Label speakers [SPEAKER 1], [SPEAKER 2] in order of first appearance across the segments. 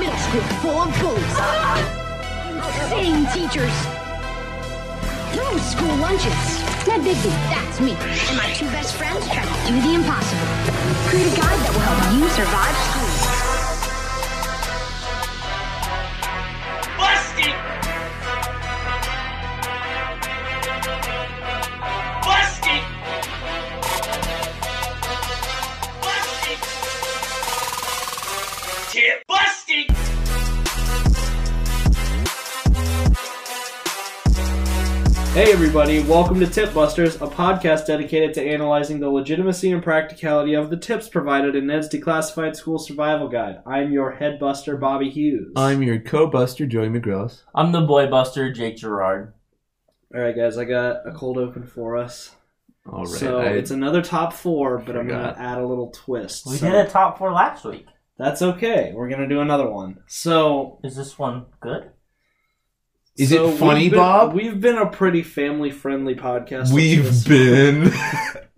[SPEAKER 1] basket full of goats. Insane teachers. No school lunches. Ned Bigby, that's me. And my two best friends try to do the impossible. Create a guide that will help you survive school.
[SPEAKER 2] Busty! Busty! Busty! Get busty!
[SPEAKER 3] Hey everybody, welcome to Tip Busters, a podcast dedicated to analyzing the legitimacy and practicality of the tips provided in Ned's Declassified School Survival Guide. I'm your head buster, Bobby Hughes.
[SPEAKER 4] I'm your co-buster, Joey McGrath.
[SPEAKER 5] I'm the boy buster, Jake Gerard.
[SPEAKER 3] All right, guys, I got a cold open for us.
[SPEAKER 4] All right,
[SPEAKER 3] so
[SPEAKER 4] I-
[SPEAKER 3] it's another top four, but I'm gonna
[SPEAKER 4] forgot. Oh,
[SPEAKER 3] add a little twist.
[SPEAKER 5] We
[SPEAKER 3] so
[SPEAKER 5] did a top four last week.
[SPEAKER 3] That's okay. We're gonna do another one. So
[SPEAKER 5] Is this one good?
[SPEAKER 4] Is
[SPEAKER 3] so
[SPEAKER 4] it funny,
[SPEAKER 3] we've been-
[SPEAKER 4] Bob?
[SPEAKER 3] We've been a pretty family-friendly podcast. up to this
[SPEAKER 4] We've been.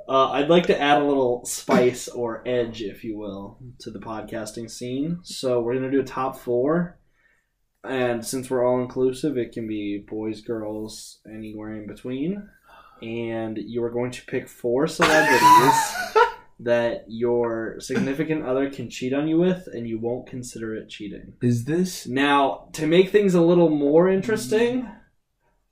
[SPEAKER 3] Uh, I'd like to add a little spice or edge, if you will, to the podcasting scene. So we're gonna do a top four, and since we're all inclusive, it can be boys, girls, anywhere in between. And you are going to pick four celebrities that your significant other can cheat on you with, and you won't consider it cheating.
[SPEAKER 4] Is this?
[SPEAKER 3] Now, to make things a little more
[SPEAKER 5] Mm-hmm.
[SPEAKER 3] interesting,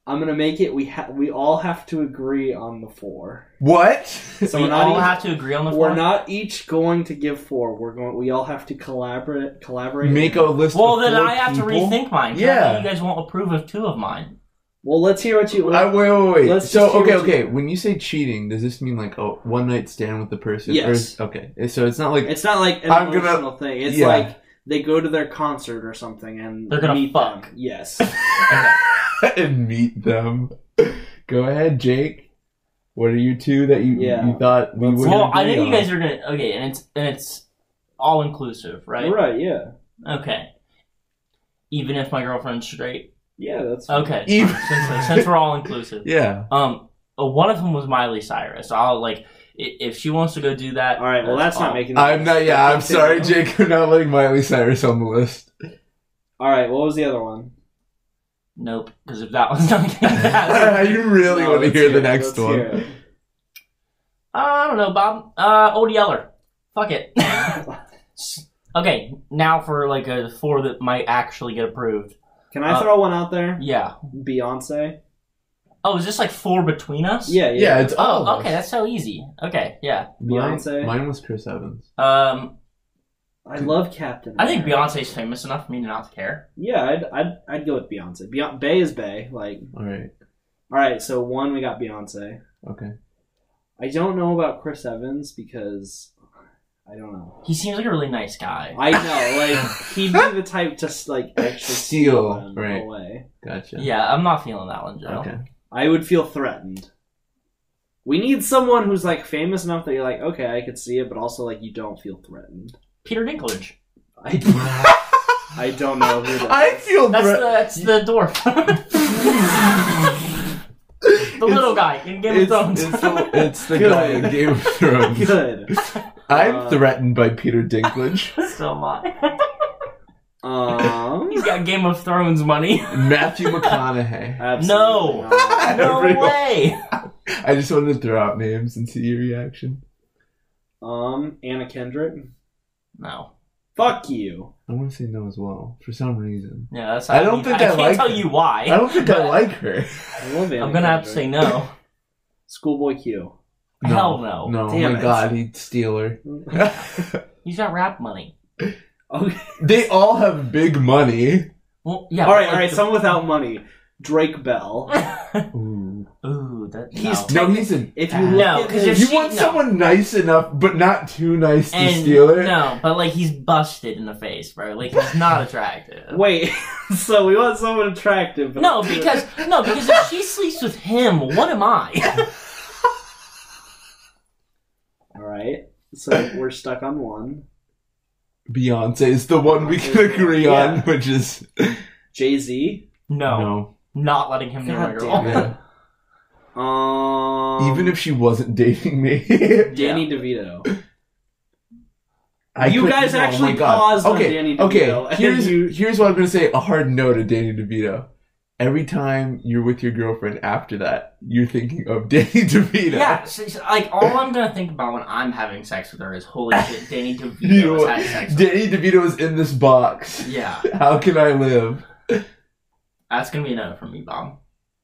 [SPEAKER 3] I'm gonna make it. We ha- we all have to agree on the four.
[SPEAKER 4] What?
[SPEAKER 3] So
[SPEAKER 5] we
[SPEAKER 3] we're not
[SPEAKER 5] all
[SPEAKER 3] each-
[SPEAKER 5] have to agree on the
[SPEAKER 3] we're
[SPEAKER 5] four?
[SPEAKER 3] not each going to give four. We're going. We all have to collaborate. Collaborate.
[SPEAKER 4] Make a list. of
[SPEAKER 5] Well, then
[SPEAKER 4] four
[SPEAKER 5] I have
[SPEAKER 4] people?
[SPEAKER 5] to rethink mine. 'cause I
[SPEAKER 4] Yeah.
[SPEAKER 5] know You guys won't approve of two of mine.
[SPEAKER 3] Well, let's hear what you.
[SPEAKER 4] I, wait, wait, wait.
[SPEAKER 3] Let's
[SPEAKER 4] so,
[SPEAKER 3] just hear
[SPEAKER 4] okay,
[SPEAKER 3] what you-
[SPEAKER 4] okay. When you say cheating, does this mean like oh, one night stand with the person? Or
[SPEAKER 3] Yes.
[SPEAKER 4] is- okay. eh, So it's not like
[SPEAKER 3] it's not like an
[SPEAKER 4] I'm gonna-
[SPEAKER 3] emotional thing. It's
[SPEAKER 4] yeah.
[SPEAKER 3] like they go to their concert or something, and
[SPEAKER 5] They're gonna
[SPEAKER 3] meet
[SPEAKER 5] fuck.
[SPEAKER 3] them. Yes.
[SPEAKER 4] and meet them. Go ahead, Jake. What are you two that you
[SPEAKER 3] Yeah.
[SPEAKER 4] you thought we would?
[SPEAKER 5] well, I think you guys are gonna okay, and it's and it's all inclusive, right?
[SPEAKER 3] right. Yeah.
[SPEAKER 5] Okay. Even if my girlfriend's straight.
[SPEAKER 3] Yeah. That's.
[SPEAKER 5] Okay.
[SPEAKER 4] Even-
[SPEAKER 5] since, since we're all inclusive.
[SPEAKER 4] Yeah.
[SPEAKER 5] Um, uh, one of them was Miley Cyrus. I'll like i- if she wants to go do that.
[SPEAKER 3] All right. Well, that's not
[SPEAKER 5] all.
[SPEAKER 3] making. the
[SPEAKER 4] I'm
[SPEAKER 3] list.
[SPEAKER 4] not. Yeah, I'm
[SPEAKER 3] Let's
[SPEAKER 4] sorry,
[SPEAKER 3] continue.
[SPEAKER 4] Jake. I'm not letting Miley Cyrus on the list.
[SPEAKER 3] All right. What was the other one?
[SPEAKER 5] Nope, because if that was not gonna happen,
[SPEAKER 4] you really
[SPEAKER 3] No,
[SPEAKER 4] want to
[SPEAKER 3] let's
[SPEAKER 4] hear the
[SPEAKER 3] it.
[SPEAKER 4] next
[SPEAKER 3] Let's
[SPEAKER 4] one?
[SPEAKER 3] hear it.
[SPEAKER 5] I don't know, Bob. Uh, Old Yeller. Fuck it. okay, now for like a four that might actually get approved.
[SPEAKER 3] Can I
[SPEAKER 5] Uh,
[SPEAKER 3] throw one out there?
[SPEAKER 5] Yeah.
[SPEAKER 3] Beyonce.
[SPEAKER 5] Oh, is this like four between us?
[SPEAKER 3] Yeah. Yeah.
[SPEAKER 4] Yeah, it's all.
[SPEAKER 5] Oh,
[SPEAKER 4] of
[SPEAKER 5] okay,
[SPEAKER 4] us.
[SPEAKER 5] that's so easy. Okay, yeah.
[SPEAKER 3] Beyonce.
[SPEAKER 4] Mine, mine was Chris Evans.
[SPEAKER 5] Um,
[SPEAKER 3] I love Captain.
[SPEAKER 5] I think
[SPEAKER 3] America.
[SPEAKER 5] Beyonce's famous enough for me to not care.
[SPEAKER 3] Yeah, I'd, I'd I'd go with Beyonce. Beyonce Bay is Bay. Like,
[SPEAKER 4] All right.
[SPEAKER 3] all right. So one, we got Beyonce.
[SPEAKER 4] Okay.
[SPEAKER 3] I don't know about Chris Evans because I don't know.
[SPEAKER 5] He seems like a really nice guy.
[SPEAKER 3] I know, like he'd be the type to like actually
[SPEAKER 4] Steal,
[SPEAKER 3] steal them
[SPEAKER 4] right.
[SPEAKER 3] away.
[SPEAKER 4] Gotcha.
[SPEAKER 5] Yeah, I'm not feeling that one, Joe.
[SPEAKER 4] Okay.
[SPEAKER 3] I would feel threatened. We need someone who's like famous enough that you're like, okay, I could see it, but also like you don't feel threatened.
[SPEAKER 5] Peter Dinklage.
[SPEAKER 3] I, I don't know who that
[SPEAKER 4] I
[SPEAKER 3] is.
[SPEAKER 4] feel
[SPEAKER 5] That's the
[SPEAKER 4] thre-
[SPEAKER 5] that's the dwarf. the little guy in Game of
[SPEAKER 4] it's,
[SPEAKER 5] Thrones.
[SPEAKER 4] it's the, it's the
[SPEAKER 3] Good.
[SPEAKER 4] guy in Game of Thrones.
[SPEAKER 3] good.
[SPEAKER 4] I'm
[SPEAKER 3] Uh,
[SPEAKER 4] threatened by Peter Dinklage,
[SPEAKER 5] so am I.
[SPEAKER 3] Um,
[SPEAKER 5] He's got Game of Thrones money.
[SPEAKER 4] Matthew McConaughey.
[SPEAKER 3] absolutely
[SPEAKER 5] No.
[SPEAKER 3] not.
[SPEAKER 5] No
[SPEAKER 4] Everyone-
[SPEAKER 5] way.
[SPEAKER 4] I just wanted to throw out names and see your reaction.
[SPEAKER 3] Um, Anna Kendrick.
[SPEAKER 5] No.
[SPEAKER 3] Fuck you.
[SPEAKER 4] I want to say no as well for some reason.
[SPEAKER 5] Yeah, that's.
[SPEAKER 4] I don't
[SPEAKER 5] mean-
[SPEAKER 4] think
[SPEAKER 5] I
[SPEAKER 4] I
[SPEAKER 5] can't
[SPEAKER 4] like
[SPEAKER 5] tell
[SPEAKER 4] it.
[SPEAKER 5] you why.
[SPEAKER 4] I don't think I like her.
[SPEAKER 3] I love Anna
[SPEAKER 5] I'm gonna have to say
[SPEAKER 3] Kendrick.
[SPEAKER 5] no.
[SPEAKER 3] Schoolboy Q.
[SPEAKER 4] No,
[SPEAKER 5] Hell no.
[SPEAKER 4] No, oh
[SPEAKER 3] Damn
[SPEAKER 4] my
[SPEAKER 3] it.
[SPEAKER 4] God, he'd steal her.
[SPEAKER 5] He's got rap money.
[SPEAKER 3] Okay.
[SPEAKER 4] they all have big money.
[SPEAKER 5] Well, yeah.
[SPEAKER 3] All right,
[SPEAKER 5] but
[SPEAKER 3] all right.
[SPEAKER 5] the-
[SPEAKER 3] Someone without money. Drake Bell.
[SPEAKER 4] Ooh.
[SPEAKER 5] Ooh, that.
[SPEAKER 3] He's-
[SPEAKER 5] no.
[SPEAKER 4] No, he's an
[SPEAKER 3] If you
[SPEAKER 4] ass.
[SPEAKER 3] look
[SPEAKER 5] No,
[SPEAKER 3] at
[SPEAKER 5] 'cause
[SPEAKER 3] his-
[SPEAKER 5] if
[SPEAKER 4] you
[SPEAKER 5] she-
[SPEAKER 4] want
[SPEAKER 5] no.
[SPEAKER 4] someone nice enough, but not too nice to
[SPEAKER 5] And-
[SPEAKER 4] steal it.
[SPEAKER 5] No, but like he's busted in the face, bro. Like he's not attractive.
[SPEAKER 3] wait, so we want someone attractive. But
[SPEAKER 5] No, because no, because if she sleeps with him, what am I?
[SPEAKER 3] all right. So we're stuck on one.
[SPEAKER 4] Beyonce is the one we can agree
[SPEAKER 3] Yeah.
[SPEAKER 4] on, which is
[SPEAKER 3] Jay Z.
[SPEAKER 5] No, not letting him near my
[SPEAKER 3] God
[SPEAKER 5] girl.
[SPEAKER 3] damn
[SPEAKER 4] Yeah.
[SPEAKER 3] Um.
[SPEAKER 5] Um,
[SPEAKER 4] Even if she wasn't dating me,
[SPEAKER 3] Danny DeVito.
[SPEAKER 4] I
[SPEAKER 3] You
[SPEAKER 4] couldn't-
[SPEAKER 3] guys
[SPEAKER 4] oh my
[SPEAKER 3] actually
[SPEAKER 4] God.
[SPEAKER 3] paused on
[SPEAKER 4] okay,
[SPEAKER 3] Danny DeVito,
[SPEAKER 4] Okay,
[SPEAKER 3] and
[SPEAKER 4] here's
[SPEAKER 3] you-
[SPEAKER 4] here's what I'm gonna say: a hard no to Danny DeVito. Every time you're with your girlfriend after that, you're thinking of Danny DeVito.
[SPEAKER 5] Yeah, so- so, like all I'm gonna think about when I'm having sex with her is holy shit, Danny
[SPEAKER 4] You know
[SPEAKER 5] DeVito
[SPEAKER 4] what?
[SPEAKER 5] has had sex. With
[SPEAKER 4] Danny DeVito is in this box.
[SPEAKER 5] Yeah,
[SPEAKER 4] How can I live?
[SPEAKER 5] that's gonna be enough for me, Bob.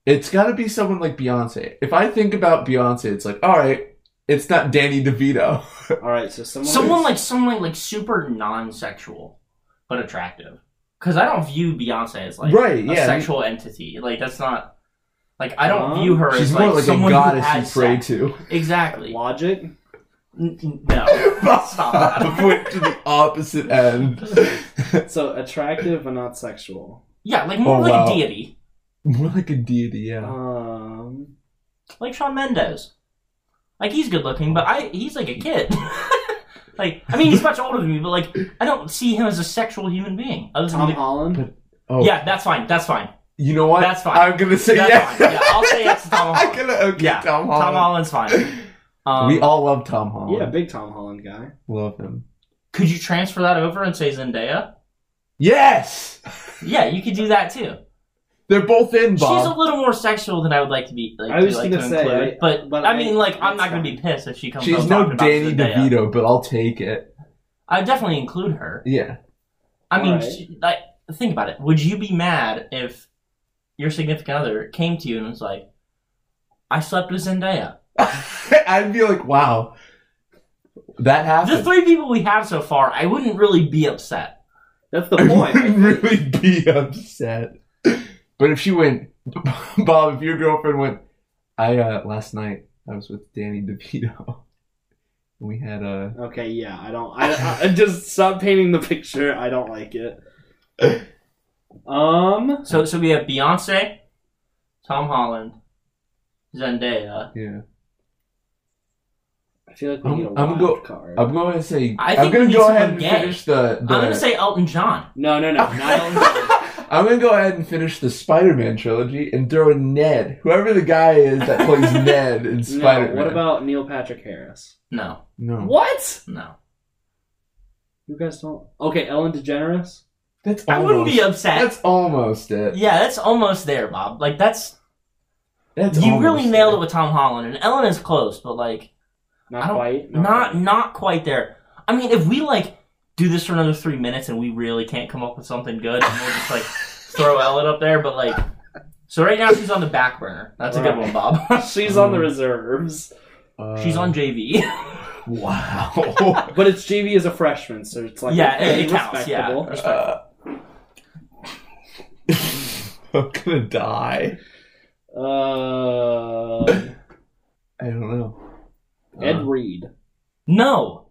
[SPEAKER 4] It's got to be someone like Beyonce. If I think about Beyonce, it's like, all right, it's not Danny DeVito.
[SPEAKER 3] All right, so someone.
[SPEAKER 5] Someone like someone like super non-sexual, but attractive. Because I don't view Beyonce as like
[SPEAKER 4] Right,
[SPEAKER 5] a
[SPEAKER 4] yeah.
[SPEAKER 5] sexual entity. Like that's not like I don't
[SPEAKER 3] Huh?
[SPEAKER 5] view her
[SPEAKER 4] She's
[SPEAKER 5] as
[SPEAKER 4] more like a
[SPEAKER 5] someone
[SPEAKER 4] goddess
[SPEAKER 5] who
[SPEAKER 4] you
[SPEAKER 5] has
[SPEAKER 4] pray
[SPEAKER 5] sex.
[SPEAKER 4] to.
[SPEAKER 5] Exactly.
[SPEAKER 3] logic.
[SPEAKER 5] N- n- No. Stop that.
[SPEAKER 4] Went to the opposite end.
[SPEAKER 3] So attractive but not sexual.
[SPEAKER 5] Yeah, like more
[SPEAKER 4] Oh,
[SPEAKER 5] like
[SPEAKER 4] wow.
[SPEAKER 5] a deity,
[SPEAKER 4] More like a deity, yeah.
[SPEAKER 3] Um,
[SPEAKER 5] like Sean Mendes. Like he's good looking, but I he's like a kid. like I mean, he's much older than me, but like I don't see him as a sexual human being. Other than
[SPEAKER 3] Tom
[SPEAKER 5] the-
[SPEAKER 3] Holland.
[SPEAKER 4] Oh,
[SPEAKER 5] yeah, that's fine. That's fine.
[SPEAKER 4] You know what?
[SPEAKER 5] That's fine.
[SPEAKER 4] I'm gonna say
[SPEAKER 5] That's
[SPEAKER 4] yes.
[SPEAKER 5] fine. Yeah, I'll say yes to Tom
[SPEAKER 4] I'm
[SPEAKER 5] Holland.
[SPEAKER 4] gonna okay.
[SPEAKER 5] Yeah,
[SPEAKER 4] Tom
[SPEAKER 5] Tom
[SPEAKER 4] Holland.
[SPEAKER 5] Holland's fine. Um,
[SPEAKER 4] we all love Tom Holland.
[SPEAKER 3] Yeah, big Tom Holland guy.
[SPEAKER 4] love him.
[SPEAKER 5] could you transfer that over and say Zendaya?
[SPEAKER 4] Yes,
[SPEAKER 5] Yeah, you could do that too.
[SPEAKER 4] they're both in.
[SPEAKER 5] She's a
[SPEAKER 4] Bob.
[SPEAKER 5] little more sexual than I would like to be. Like,
[SPEAKER 3] I was
[SPEAKER 5] to, like,
[SPEAKER 3] gonna
[SPEAKER 5] to
[SPEAKER 3] say,
[SPEAKER 5] include,
[SPEAKER 3] I-
[SPEAKER 5] but,
[SPEAKER 3] but
[SPEAKER 5] I,
[SPEAKER 3] I-
[SPEAKER 5] mean, like, I'm
[SPEAKER 3] that's
[SPEAKER 5] not gonna be
[SPEAKER 3] fine.
[SPEAKER 5] pissed if she comes.
[SPEAKER 4] She's
[SPEAKER 5] up
[SPEAKER 4] no
[SPEAKER 5] talking about
[SPEAKER 4] Danny
[SPEAKER 5] Zendaya.
[SPEAKER 4] DeVito, but I'll take it.
[SPEAKER 5] I definitely include her.
[SPEAKER 4] Yeah.
[SPEAKER 5] I mean,
[SPEAKER 3] Right.
[SPEAKER 5] she, like, think about it. Would you be mad if your significant other came to you and was like, "I slept with Zendaya"?
[SPEAKER 4] I'd be like, wow, that
[SPEAKER 5] The
[SPEAKER 4] happened.
[SPEAKER 5] three people we have so far, I wouldn't really be upset.
[SPEAKER 3] That's the
[SPEAKER 4] I
[SPEAKER 3] point. I
[SPEAKER 4] wouldn't
[SPEAKER 3] think.
[SPEAKER 4] really be upset. But if she went, Bob, if your girlfriend went, I uh, last night I was with Danny DeVito. We had uh,
[SPEAKER 3] Okay, yeah, I don't. I, I just stop painting the picture. I don't like it. Um,
[SPEAKER 5] So, so we have Beyonce, Tom Holland, Zendaya.
[SPEAKER 4] yeah.
[SPEAKER 3] I feel like we
[SPEAKER 4] I'm-
[SPEAKER 3] need a
[SPEAKER 4] I'm
[SPEAKER 3] wild
[SPEAKER 4] go-
[SPEAKER 3] card.
[SPEAKER 4] I'm going to say.
[SPEAKER 5] I
[SPEAKER 4] I'm
[SPEAKER 5] think
[SPEAKER 4] going
[SPEAKER 5] we
[SPEAKER 4] to
[SPEAKER 5] need
[SPEAKER 4] go
[SPEAKER 5] someone
[SPEAKER 4] ahead and
[SPEAKER 5] gay.
[SPEAKER 4] finish the. the
[SPEAKER 5] I'm gonna say Elton John.
[SPEAKER 3] no, no, no, not Ellen Page.
[SPEAKER 4] I'm gonna go ahead and finish the Spider-Man trilogy and throw in Ned, whoever the guy is that plays Ned in Spider-Man.
[SPEAKER 3] No, what about Neil Patrick Harris?
[SPEAKER 5] No,
[SPEAKER 4] no?
[SPEAKER 3] What?
[SPEAKER 5] no.
[SPEAKER 3] You guys don't. Okay, Ellen DeGeneres.
[SPEAKER 4] That's
[SPEAKER 5] I
[SPEAKER 4] almost,
[SPEAKER 5] wouldn't be upset.
[SPEAKER 4] That's almost it.
[SPEAKER 5] yeah, that's almost there, Bob. Like that's
[SPEAKER 4] That's
[SPEAKER 5] you
[SPEAKER 4] almost
[SPEAKER 5] really nailed
[SPEAKER 4] it.
[SPEAKER 5] it with Tom Holland and Ellen is close, but like I
[SPEAKER 3] Not
[SPEAKER 5] don't-
[SPEAKER 3] quite.
[SPEAKER 5] not
[SPEAKER 3] quite.
[SPEAKER 5] not quite there. I mean, if we like do this for another three minutes and we really can't come up with something good, and we'll just like throw Ellen up there. But like, so right now she's on the back burner. That's a good one,
[SPEAKER 3] Right.
[SPEAKER 5] Bob.
[SPEAKER 3] She's on the reserves,
[SPEAKER 4] Uh,
[SPEAKER 5] she's on JV.
[SPEAKER 4] Wow.
[SPEAKER 3] but it's JV as a freshman, so it's like
[SPEAKER 5] yeah,
[SPEAKER 3] okay,
[SPEAKER 5] it, it counts. Yeah,
[SPEAKER 3] respectable.
[SPEAKER 5] respectable.
[SPEAKER 4] I'm gonna die.
[SPEAKER 3] Uh,
[SPEAKER 4] I don't know.
[SPEAKER 3] Ed
[SPEAKER 4] Uh,
[SPEAKER 3] Reed.
[SPEAKER 5] no,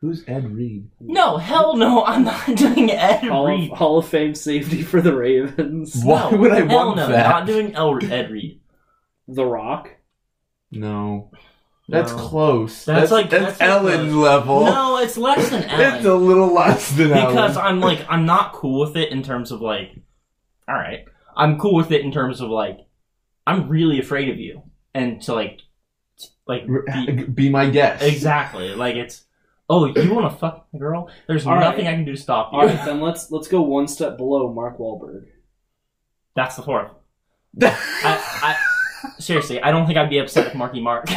[SPEAKER 4] who's Ed Reed?
[SPEAKER 5] no, hell no! I'm not doing Ed
[SPEAKER 3] Hall
[SPEAKER 5] Reed.
[SPEAKER 3] of, Hall of Fame safety for the Ravens.
[SPEAKER 4] Oh, Why
[SPEAKER 5] no,
[SPEAKER 4] would I
[SPEAKER 5] hell
[SPEAKER 4] want
[SPEAKER 5] no,
[SPEAKER 4] that?
[SPEAKER 5] Not doing El- Ed Reed.
[SPEAKER 3] The Rock.
[SPEAKER 4] No. That's
[SPEAKER 5] No.
[SPEAKER 4] close.
[SPEAKER 5] That's
[SPEAKER 4] That's,
[SPEAKER 5] like-
[SPEAKER 4] like that's,
[SPEAKER 5] that's like
[SPEAKER 4] Ellen
[SPEAKER 5] close.
[SPEAKER 4] level.
[SPEAKER 5] No, it's less than Ellen.
[SPEAKER 4] It's a little less than
[SPEAKER 5] because
[SPEAKER 4] Ellen.
[SPEAKER 5] I'm like I'm not cool with it in terms of like, all right, I'm cool with it in terms of like, I'm really afraid of you, and to like, t- like be,
[SPEAKER 4] Be, my guest.
[SPEAKER 5] exactly like it's, oh, you want to fuck the girl? There's
[SPEAKER 3] All right.
[SPEAKER 5] nothing I can do to stop you.
[SPEAKER 3] All right, then let's let's go one step below Mark Wahlberg.
[SPEAKER 5] That's the fourth. I, I seriously, I don't think I'd be upset with Marky Mark.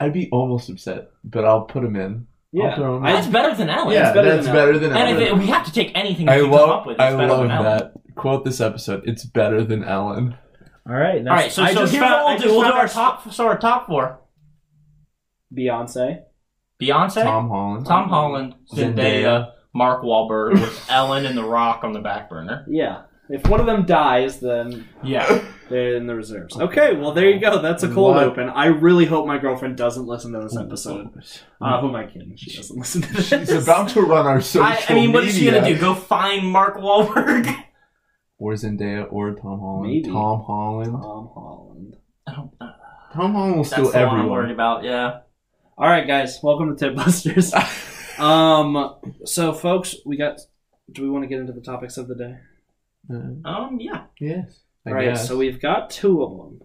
[SPEAKER 4] I'd be almost upset, but I'll put him in. I'll
[SPEAKER 3] Yeah,
[SPEAKER 4] throw him
[SPEAKER 5] That's
[SPEAKER 4] in.
[SPEAKER 5] better than Ellen.
[SPEAKER 4] yeah,
[SPEAKER 3] it's better
[SPEAKER 4] that's
[SPEAKER 3] than
[SPEAKER 4] better than
[SPEAKER 5] And
[SPEAKER 4] Ellen.
[SPEAKER 5] if it, we have to take anything
[SPEAKER 4] I
[SPEAKER 5] that you come up
[SPEAKER 4] love,
[SPEAKER 5] with, it's
[SPEAKER 4] I
[SPEAKER 5] better
[SPEAKER 4] love
[SPEAKER 5] than Ellen.
[SPEAKER 4] that. Quote this episode. It's better than Ellen.
[SPEAKER 3] All right,
[SPEAKER 5] All right, so, so here's what we'll do. We'll do our top. So our top four:
[SPEAKER 3] Beyonce.
[SPEAKER 5] Beyonce,
[SPEAKER 4] Tom Holland.
[SPEAKER 5] Tom Holland, Zendaya,
[SPEAKER 4] Zendaya.
[SPEAKER 5] Mark Wahlberg, with Ellen and The Rock on the back burner.
[SPEAKER 3] Yeah, if one of them dies, then
[SPEAKER 5] Yeah.
[SPEAKER 3] they're in the reserves. Okay, well there you go. That's a cold
[SPEAKER 4] Oh. What?
[SPEAKER 3] open. I really hope my girlfriend doesn't listen to this episode. Uh, who am I kidding? She doesn't listen to this.
[SPEAKER 4] She's about to run our social
[SPEAKER 5] I, I mean, what is she
[SPEAKER 4] media.
[SPEAKER 5] gonna do? Go find Mark Wahlberg?
[SPEAKER 4] Or Zendaya or Tom Holland.
[SPEAKER 3] Maybe.
[SPEAKER 4] Tom Holland.
[SPEAKER 3] Tom Holland.
[SPEAKER 5] I don't know.
[SPEAKER 4] Tom Holland will
[SPEAKER 5] That's
[SPEAKER 4] steal
[SPEAKER 5] the one I'm
[SPEAKER 4] everyone.
[SPEAKER 5] worried about. Yeah.
[SPEAKER 3] All right, guys, welcome to Tip Busters. um, so folks, we got. Do we want to get into the topics of the day?
[SPEAKER 4] Uh,
[SPEAKER 5] Um. Yeah.
[SPEAKER 4] yes. I
[SPEAKER 3] All right,
[SPEAKER 4] guess.
[SPEAKER 3] so we've got two of them: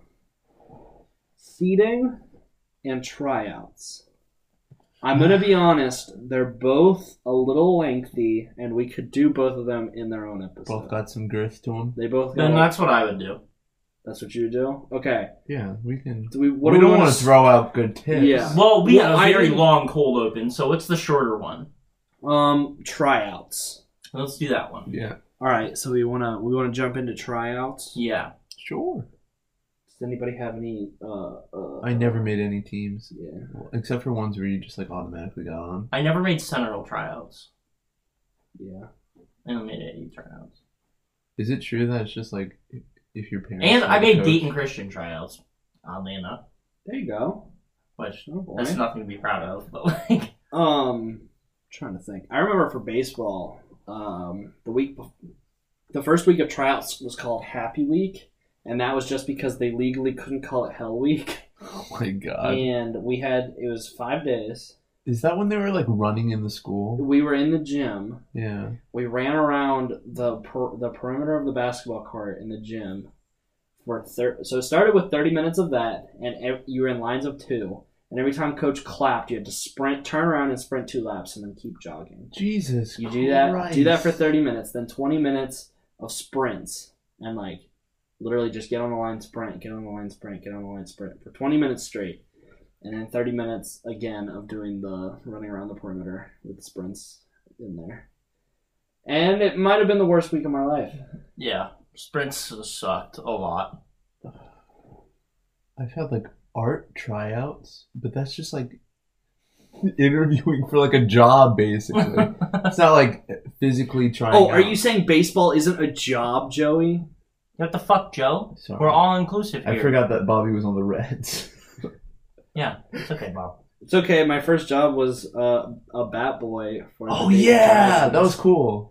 [SPEAKER 3] seeding and tryouts. I'm gonna be honest. They're both a little lengthy, and we could do both of them in their own episode.
[SPEAKER 4] Both got some girth to them.
[SPEAKER 3] They both.
[SPEAKER 5] Then
[SPEAKER 3] got-
[SPEAKER 5] that's what I would do.
[SPEAKER 3] That's what you do. Okay.
[SPEAKER 4] Yeah, we can.
[SPEAKER 3] Do we? What
[SPEAKER 4] we
[SPEAKER 3] do
[SPEAKER 4] don't
[SPEAKER 3] we
[SPEAKER 4] want
[SPEAKER 3] want
[SPEAKER 4] to throw out good tips.
[SPEAKER 3] Yeah.
[SPEAKER 5] Well, we
[SPEAKER 3] Well,
[SPEAKER 5] have a
[SPEAKER 3] I
[SPEAKER 5] very
[SPEAKER 3] didn't-
[SPEAKER 5] long cold open, so what's the shorter one?
[SPEAKER 3] Um, tryouts.
[SPEAKER 5] Let's do that one.
[SPEAKER 4] Yeah.
[SPEAKER 3] All right. So we wanna we wanna jump into tryouts.
[SPEAKER 5] Yeah.
[SPEAKER 4] Sure.
[SPEAKER 3] Does anybody have any? Uh, uh,
[SPEAKER 4] I never made any teams
[SPEAKER 3] Yeah.
[SPEAKER 4] except for ones where you just like automatically got on.
[SPEAKER 5] I never made Sentinel tryouts.
[SPEAKER 3] Yeah.
[SPEAKER 5] I only made E AE tryouts.
[SPEAKER 4] Is it true that it's just like if- if your parents
[SPEAKER 5] And
[SPEAKER 4] are
[SPEAKER 5] I
[SPEAKER 4] the
[SPEAKER 5] made
[SPEAKER 4] coach?
[SPEAKER 5] Dayton Christian tryouts, oddly enough.
[SPEAKER 3] There you go.
[SPEAKER 5] Which
[SPEAKER 3] Oh boy.
[SPEAKER 5] that's nothing to be proud of, but like
[SPEAKER 3] Um, trying to think. I remember for baseball, um, the week, bef- the first week of tryouts was called Happy Week, and that was just because they legally couldn't call it Hell Week,
[SPEAKER 4] Oh my god!
[SPEAKER 3] and we had it was five days.
[SPEAKER 4] Is that when they were like running in the school?
[SPEAKER 3] We were in the gym.
[SPEAKER 4] Yeah.
[SPEAKER 3] We ran around the per, the perimeter of the basketball court in the gym for thir- so it started with 30 minutes of that and ev- you were in lines of two and every time coach clapped you had to sprint turn around and sprint two laps and then keep jogging
[SPEAKER 4] Jesus.
[SPEAKER 3] You do that, do that for
[SPEAKER 4] Christ.
[SPEAKER 3] 30 minutes, then 20 minutes of sprints, and like literally just get on the line, sprint, get on the line, sprint, get on the line, sprint for 20 minutes straight, and then 30 minutes again of doing the running around the perimeter with sprints in there. And it might have been the worst week of my life.
[SPEAKER 5] yeah. Sprints sucked a lot.
[SPEAKER 4] I've had like art tryouts, but that's just like interviewing for like a job basically. it's not like physically trying.
[SPEAKER 3] Oh, are
[SPEAKER 4] out.
[SPEAKER 3] you saying baseball isn't a job, Joey?
[SPEAKER 5] What the fuck, Joe?
[SPEAKER 4] Sorry.
[SPEAKER 5] We're all inclusive here.
[SPEAKER 4] I forgot that Bobby was on the Reds.
[SPEAKER 5] Yeah, it's okay, Bob.
[SPEAKER 3] It's okay. My first job was uh, a bat boy for. the
[SPEAKER 4] oh
[SPEAKER 3] Dayton
[SPEAKER 4] yeah,
[SPEAKER 3] Dragons.
[SPEAKER 4] that was cool.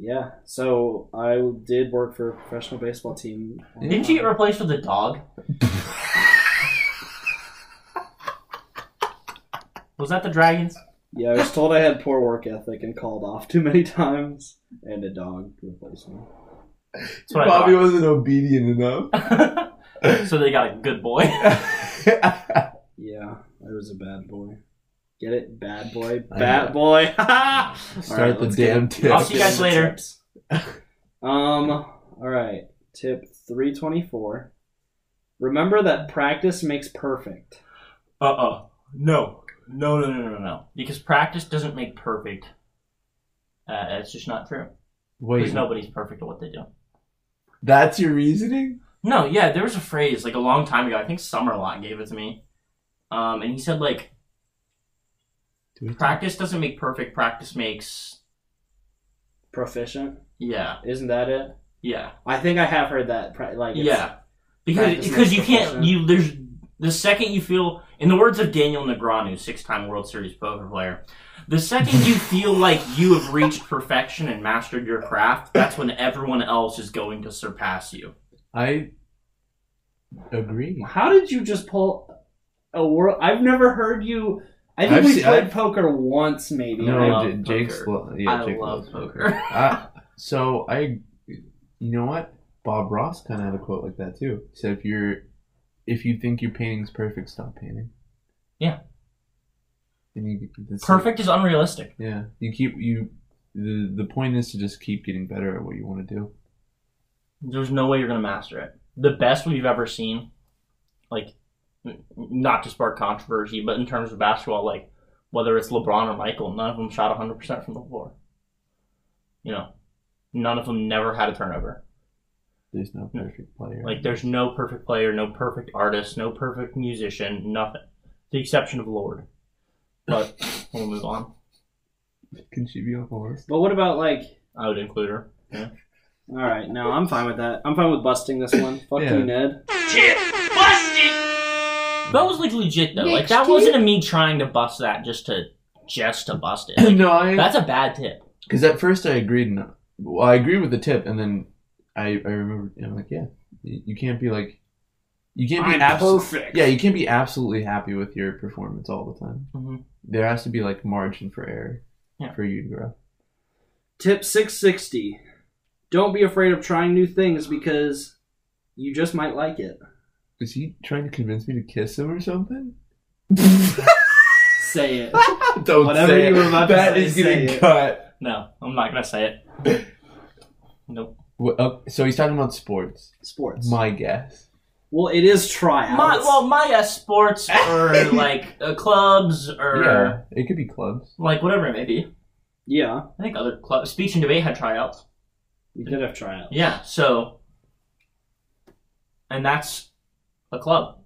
[SPEAKER 3] Yeah, so I did work for a professional baseball team.
[SPEAKER 5] Didn't you get replaced with a dog? Was that the Dragons?
[SPEAKER 3] Yeah, I was told I had poor work ethic and called off too many times, and a dog replaced me.
[SPEAKER 5] That's what
[SPEAKER 4] Bobby
[SPEAKER 5] I
[SPEAKER 4] wasn't obedient enough.
[SPEAKER 5] thought. so they got a good boy.
[SPEAKER 3] Yeah, I was a bad boy. Get it, bad boy,
[SPEAKER 4] I
[SPEAKER 3] bat boy.
[SPEAKER 4] Start the damn tip.
[SPEAKER 5] I'll see you guys later.
[SPEAKER 3] Um. All right. Tip three twenty four. Remember that practice makes perfect.
[SPEAKER 5] Uh uh No. No, no, no, no, no. Because practice doesn't make perfect. Uh, it's just not true. Because
[SPEAKER 4] Wait,
[SPEAKER 5] nobody's perfect at what they do.
[SPEAKER 4] that's your reasoning?
[SPEAKER 5] No, yeah, there was a phrase like a long time ago. I think Summerlot gave it to me. Um, and he said, like,
[SPEAKER 4] Do we-
[SPEAKER 5] practice doesn't make perfect, practice makes.
[SPEAKER 3] Proficient.
[SPEAKER 5] Yeah,
[SPEAKER 3] Isn't that it?
[SPEAKER 5] yeah,
[SPEAKER 3] I think I have heard that. pra- Like. it's-
[SPEAKER 5] yeah. Because
[SPEAKER 3] practice
[SPEAKER 5] because
[SPEAKER 3] makes
[SPEAKER 5] you can't
[SPEAKER 3] perfection.
[SPEAKER 5] you there's the second you feel in the words of Daniel Negreanu, six-time World Series poker player, the second you feel like you have reached perfection and mastered your craft, that's when everyone else is going to surpass you.
[SPEAKER 4] I agree.
[SPEAKER 3] How did you just pull a world? I've never heard you. I think
[SPEAKER 4] I've
[SPEAKER 3] we
[SPEAKER 4] seen-
[SPEAKER 3] played
[SPEAKER 4] I've-
[SPEAKER 3] poker once, maybe.
[SPEAKER 4] No,
[SPEAKER 5] I love
[SPEAKER 4] J- Jake's
[SPEAKER 5] poker.
[SPEAKER 4] lo- yeah,
[SPEAKER 5] I
[SPEAKER 4] Jake
[SPEAKER 5] love
[SPEAKER 4] loves
[SPEAKER 5] poker.
[SPEAKER 4] Ah, so I, you know what? Bob Ross kind of had a quote like that too. He said, "If you're, if you think your painting's perfect, stop painting."
[SPEAKER 5] Yeah.
[SPEAKER 4] And you, that's-
[SPEAKER 5] Perfect is unrealistic.
[SPEAKER 4] yeah, you keep you. The the point is to just keep getting better at what you want to do.
[SPEAKER 5] There's no way you're gonna master it. The best we've ever seen, like, n- not to spark controversy, but in terms of basketball, like whether it's LeBron or Michael, none of them shot 100% from the floor. You know, none of them never had a turnover.
[SPEAKER 4] There's no perfect player.
[SPEAKER 5] Like, there's no perfect player, no perfect artist, no perfect musician, nothing. The exception of Lord. But we'll move on.
[SPEAKER 4] can she be on the list?
[SPEAKER 3] But what about like?
[SPEAKER 5] I would include her. Yeah.
[SPEAKER 3] All right, no, I'm fine with that. I'm fine with busting this one. Fuck
[SPEAKER 4] Yeah.
[SPEAKER 3] you, Ned.
[SPEAKER 2] Tip busting!
[SPEAKER 5] That was like legit though. Like
[SPEAKER 1] Next
[SPEAKER 5] that
[SPEAKER 1] to you.
[SPEAKER 5] wasn't a me trying to bust that just to just to bust it.
[SPEAKER 4] no, I
[SPEAKER 5] That's a bad tip.
[SPEAKER 4] because at first I agreed. And, well, I agreed with the tip, and then I I remembered. I'm like, yeah, you, you can't be like, you can't be absolutely.
[SPEAKER 3] perfect.
[SPEAKER 4] Yeah, you can't be absolutely happy with your performance all the time.
[SPEAKER 3] Mm-hmm.
[SPEAKER 4] There has to be like margin for error
[SPEAKER 5] Yeah.
[SPEAKER 4] for you to grow.
[SPEAKER 3] Tip 660. Don't be afraid of trying new things because you just might like it.
[SPEAKER 4] Is he trying to convince me to kiss him or something?
[SPEAKER 3] Say it.
[SPEAKER 4] Don't
[SPEAKER 3] Whatever
[SPEAKER 4] say
[SPEAKER 3] you
[SPEAKER 4] it.
[SPEAKER 3] were about to
[SPEAKER 4] That
[SPEAKER 3] say,
[SPEAKER 4] is
[SPEAKER 3] say
[SPEAKER 4] getting
[SPEAKER 3] it.
[SPEAKER 4] cut.
[SPEAKER 5] No, I'm not gonna say it. Nope.
[SPEAKER 4] What, uh, so he's talking about sports.
[SPEAKER 3] Sports.
[SPEAKER 4] My guess.
[SPEAKER 3] well, it is tryouts.
[SPEAKER 5] My, well, my uh, sports or like uh, clubs or
[SPEAKER 4] Yeah, it could be clubs.
[SPEAKER 5] like whatever it may be.
[SPEAKER 3] yeah,
[SPEAKER 5] I think other clubs, speech and debate had tryouts.
[SPEAKER 3] we did have tryouts.
[SPEAKER 5] Yeah, so and that's a club.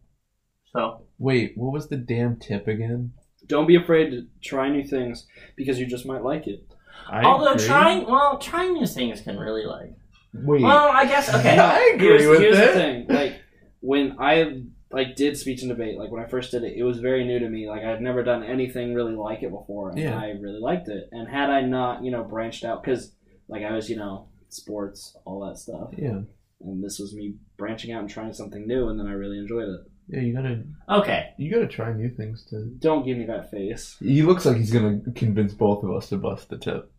[SPEAKER 5] So
[SPEAKER 4] Wait, what was the damn tip again?
[SPEAKER 3] Don't be afraid to try new things because you just might like it.
[SPEAKER 4] I
[SPEAKER 5] although
[SPEAKER 4] agree.
[SPEAKER 5] trying well trying new things can really like
[SPEAKER 4] Wait.
[SPEAKER 5] well I guess okay
[SPEAKER 4] I agree
[SPEAKER 3] here's,
[SPEAKER 4] with
[SPEAKER 3] here's
[SPEAKER 4] it.
[SPEAKER 3] the thing like when i like did speech and debate like when i first did it it was very new to me like i had never done anything really like it before and
[SPEAKER 4] Yeah.
[SPEAKER 3] i really liked it and had i not you know branched out because like i was you know sports all that stuff
[SPEAKER 4] Yeah.
[SPEAKER 3] and this was me branching out and trying something new and then i really enjoyed it
[SPEAKER 4] Yeah, you gotta
[SPEAKER 5] okay
[SPEAKER 4] you gotta try new things to
[SPEAKER 3] don't give me that face
[SPEAKER 4] He looks like he's gonna convince both of us to bust the tip.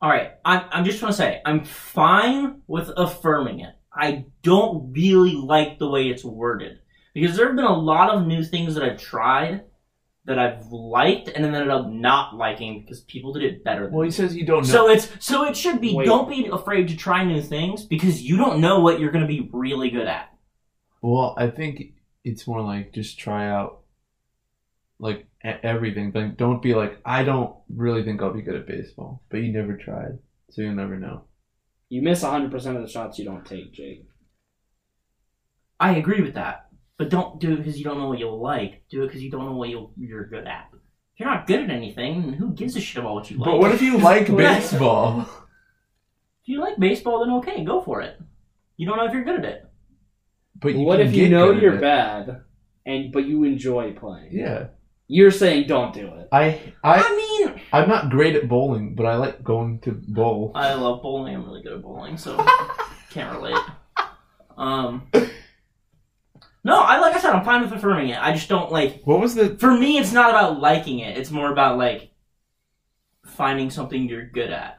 [SPEAKER 5] all right I I'm just trying to say I'm fine with affirming it I don't really like the way it's worded because there have been a lot of new things that I've tried that I've liked and then ended up not liking because people did it better. Than
[SPEAKER 4] Well he says you don't know
[SPEAKER 5] So it's so it should be
[SPEAKER 3] Wait.
[SPEAKER 5] don't be afraid to try new things because you don't know what you're going to be really good at.
[SPEAKER 4] Well, I think it's more like just try out like e- everything. Like don't be like I don't really think I'll be good at baseball, but you never tried, so you'll never know.
[SPEAKER 3] you miss 100% of the shots you don't take jake
[SPEAKER 5] I agree with that, but don't do it because you don't know what you'll like. Do it because you don't know what you'll, you're good at. If you're not good at anything, then who gives a shit about what you like?
[SPEAKER 4] But what if you like baseball?
[SPEAKER 5] if you like baseball? Then okay, go for it. You don't know if you're good at it.
[SPEAKER 4] But you
[SPEAKER 3] what
[SPEAKER 4] can
[SPEAKER 3] if you
[SPEAKER 4] get
[SPEAKER 3] know
[SPEAKER 4] good at
[SPEAKER 3] you're
[SPEAKER 4] it.
[SPEAKER 3] bad and but you enjoy playing
[SPEAKER 4] Yeah,
[SPEAKER 3] you're saying don't do it
[SPEAKER 4] I
[SPEAKER 5] I,
[SPEAKER 4] I
[SPEAKER 5] mean,
[SPEAKER 4] I'm not great at bowling, but I like going to bowl.
[SPEAKER 5] I love bowling. I'm really good at bowling, so can't relate. Um, no, I like I said, I'm fine with affirming it. I just don't like
[SPEAKER 4] What was the
[SPEAKER 5] for me it's not about liking it it's more about like finding something you're good at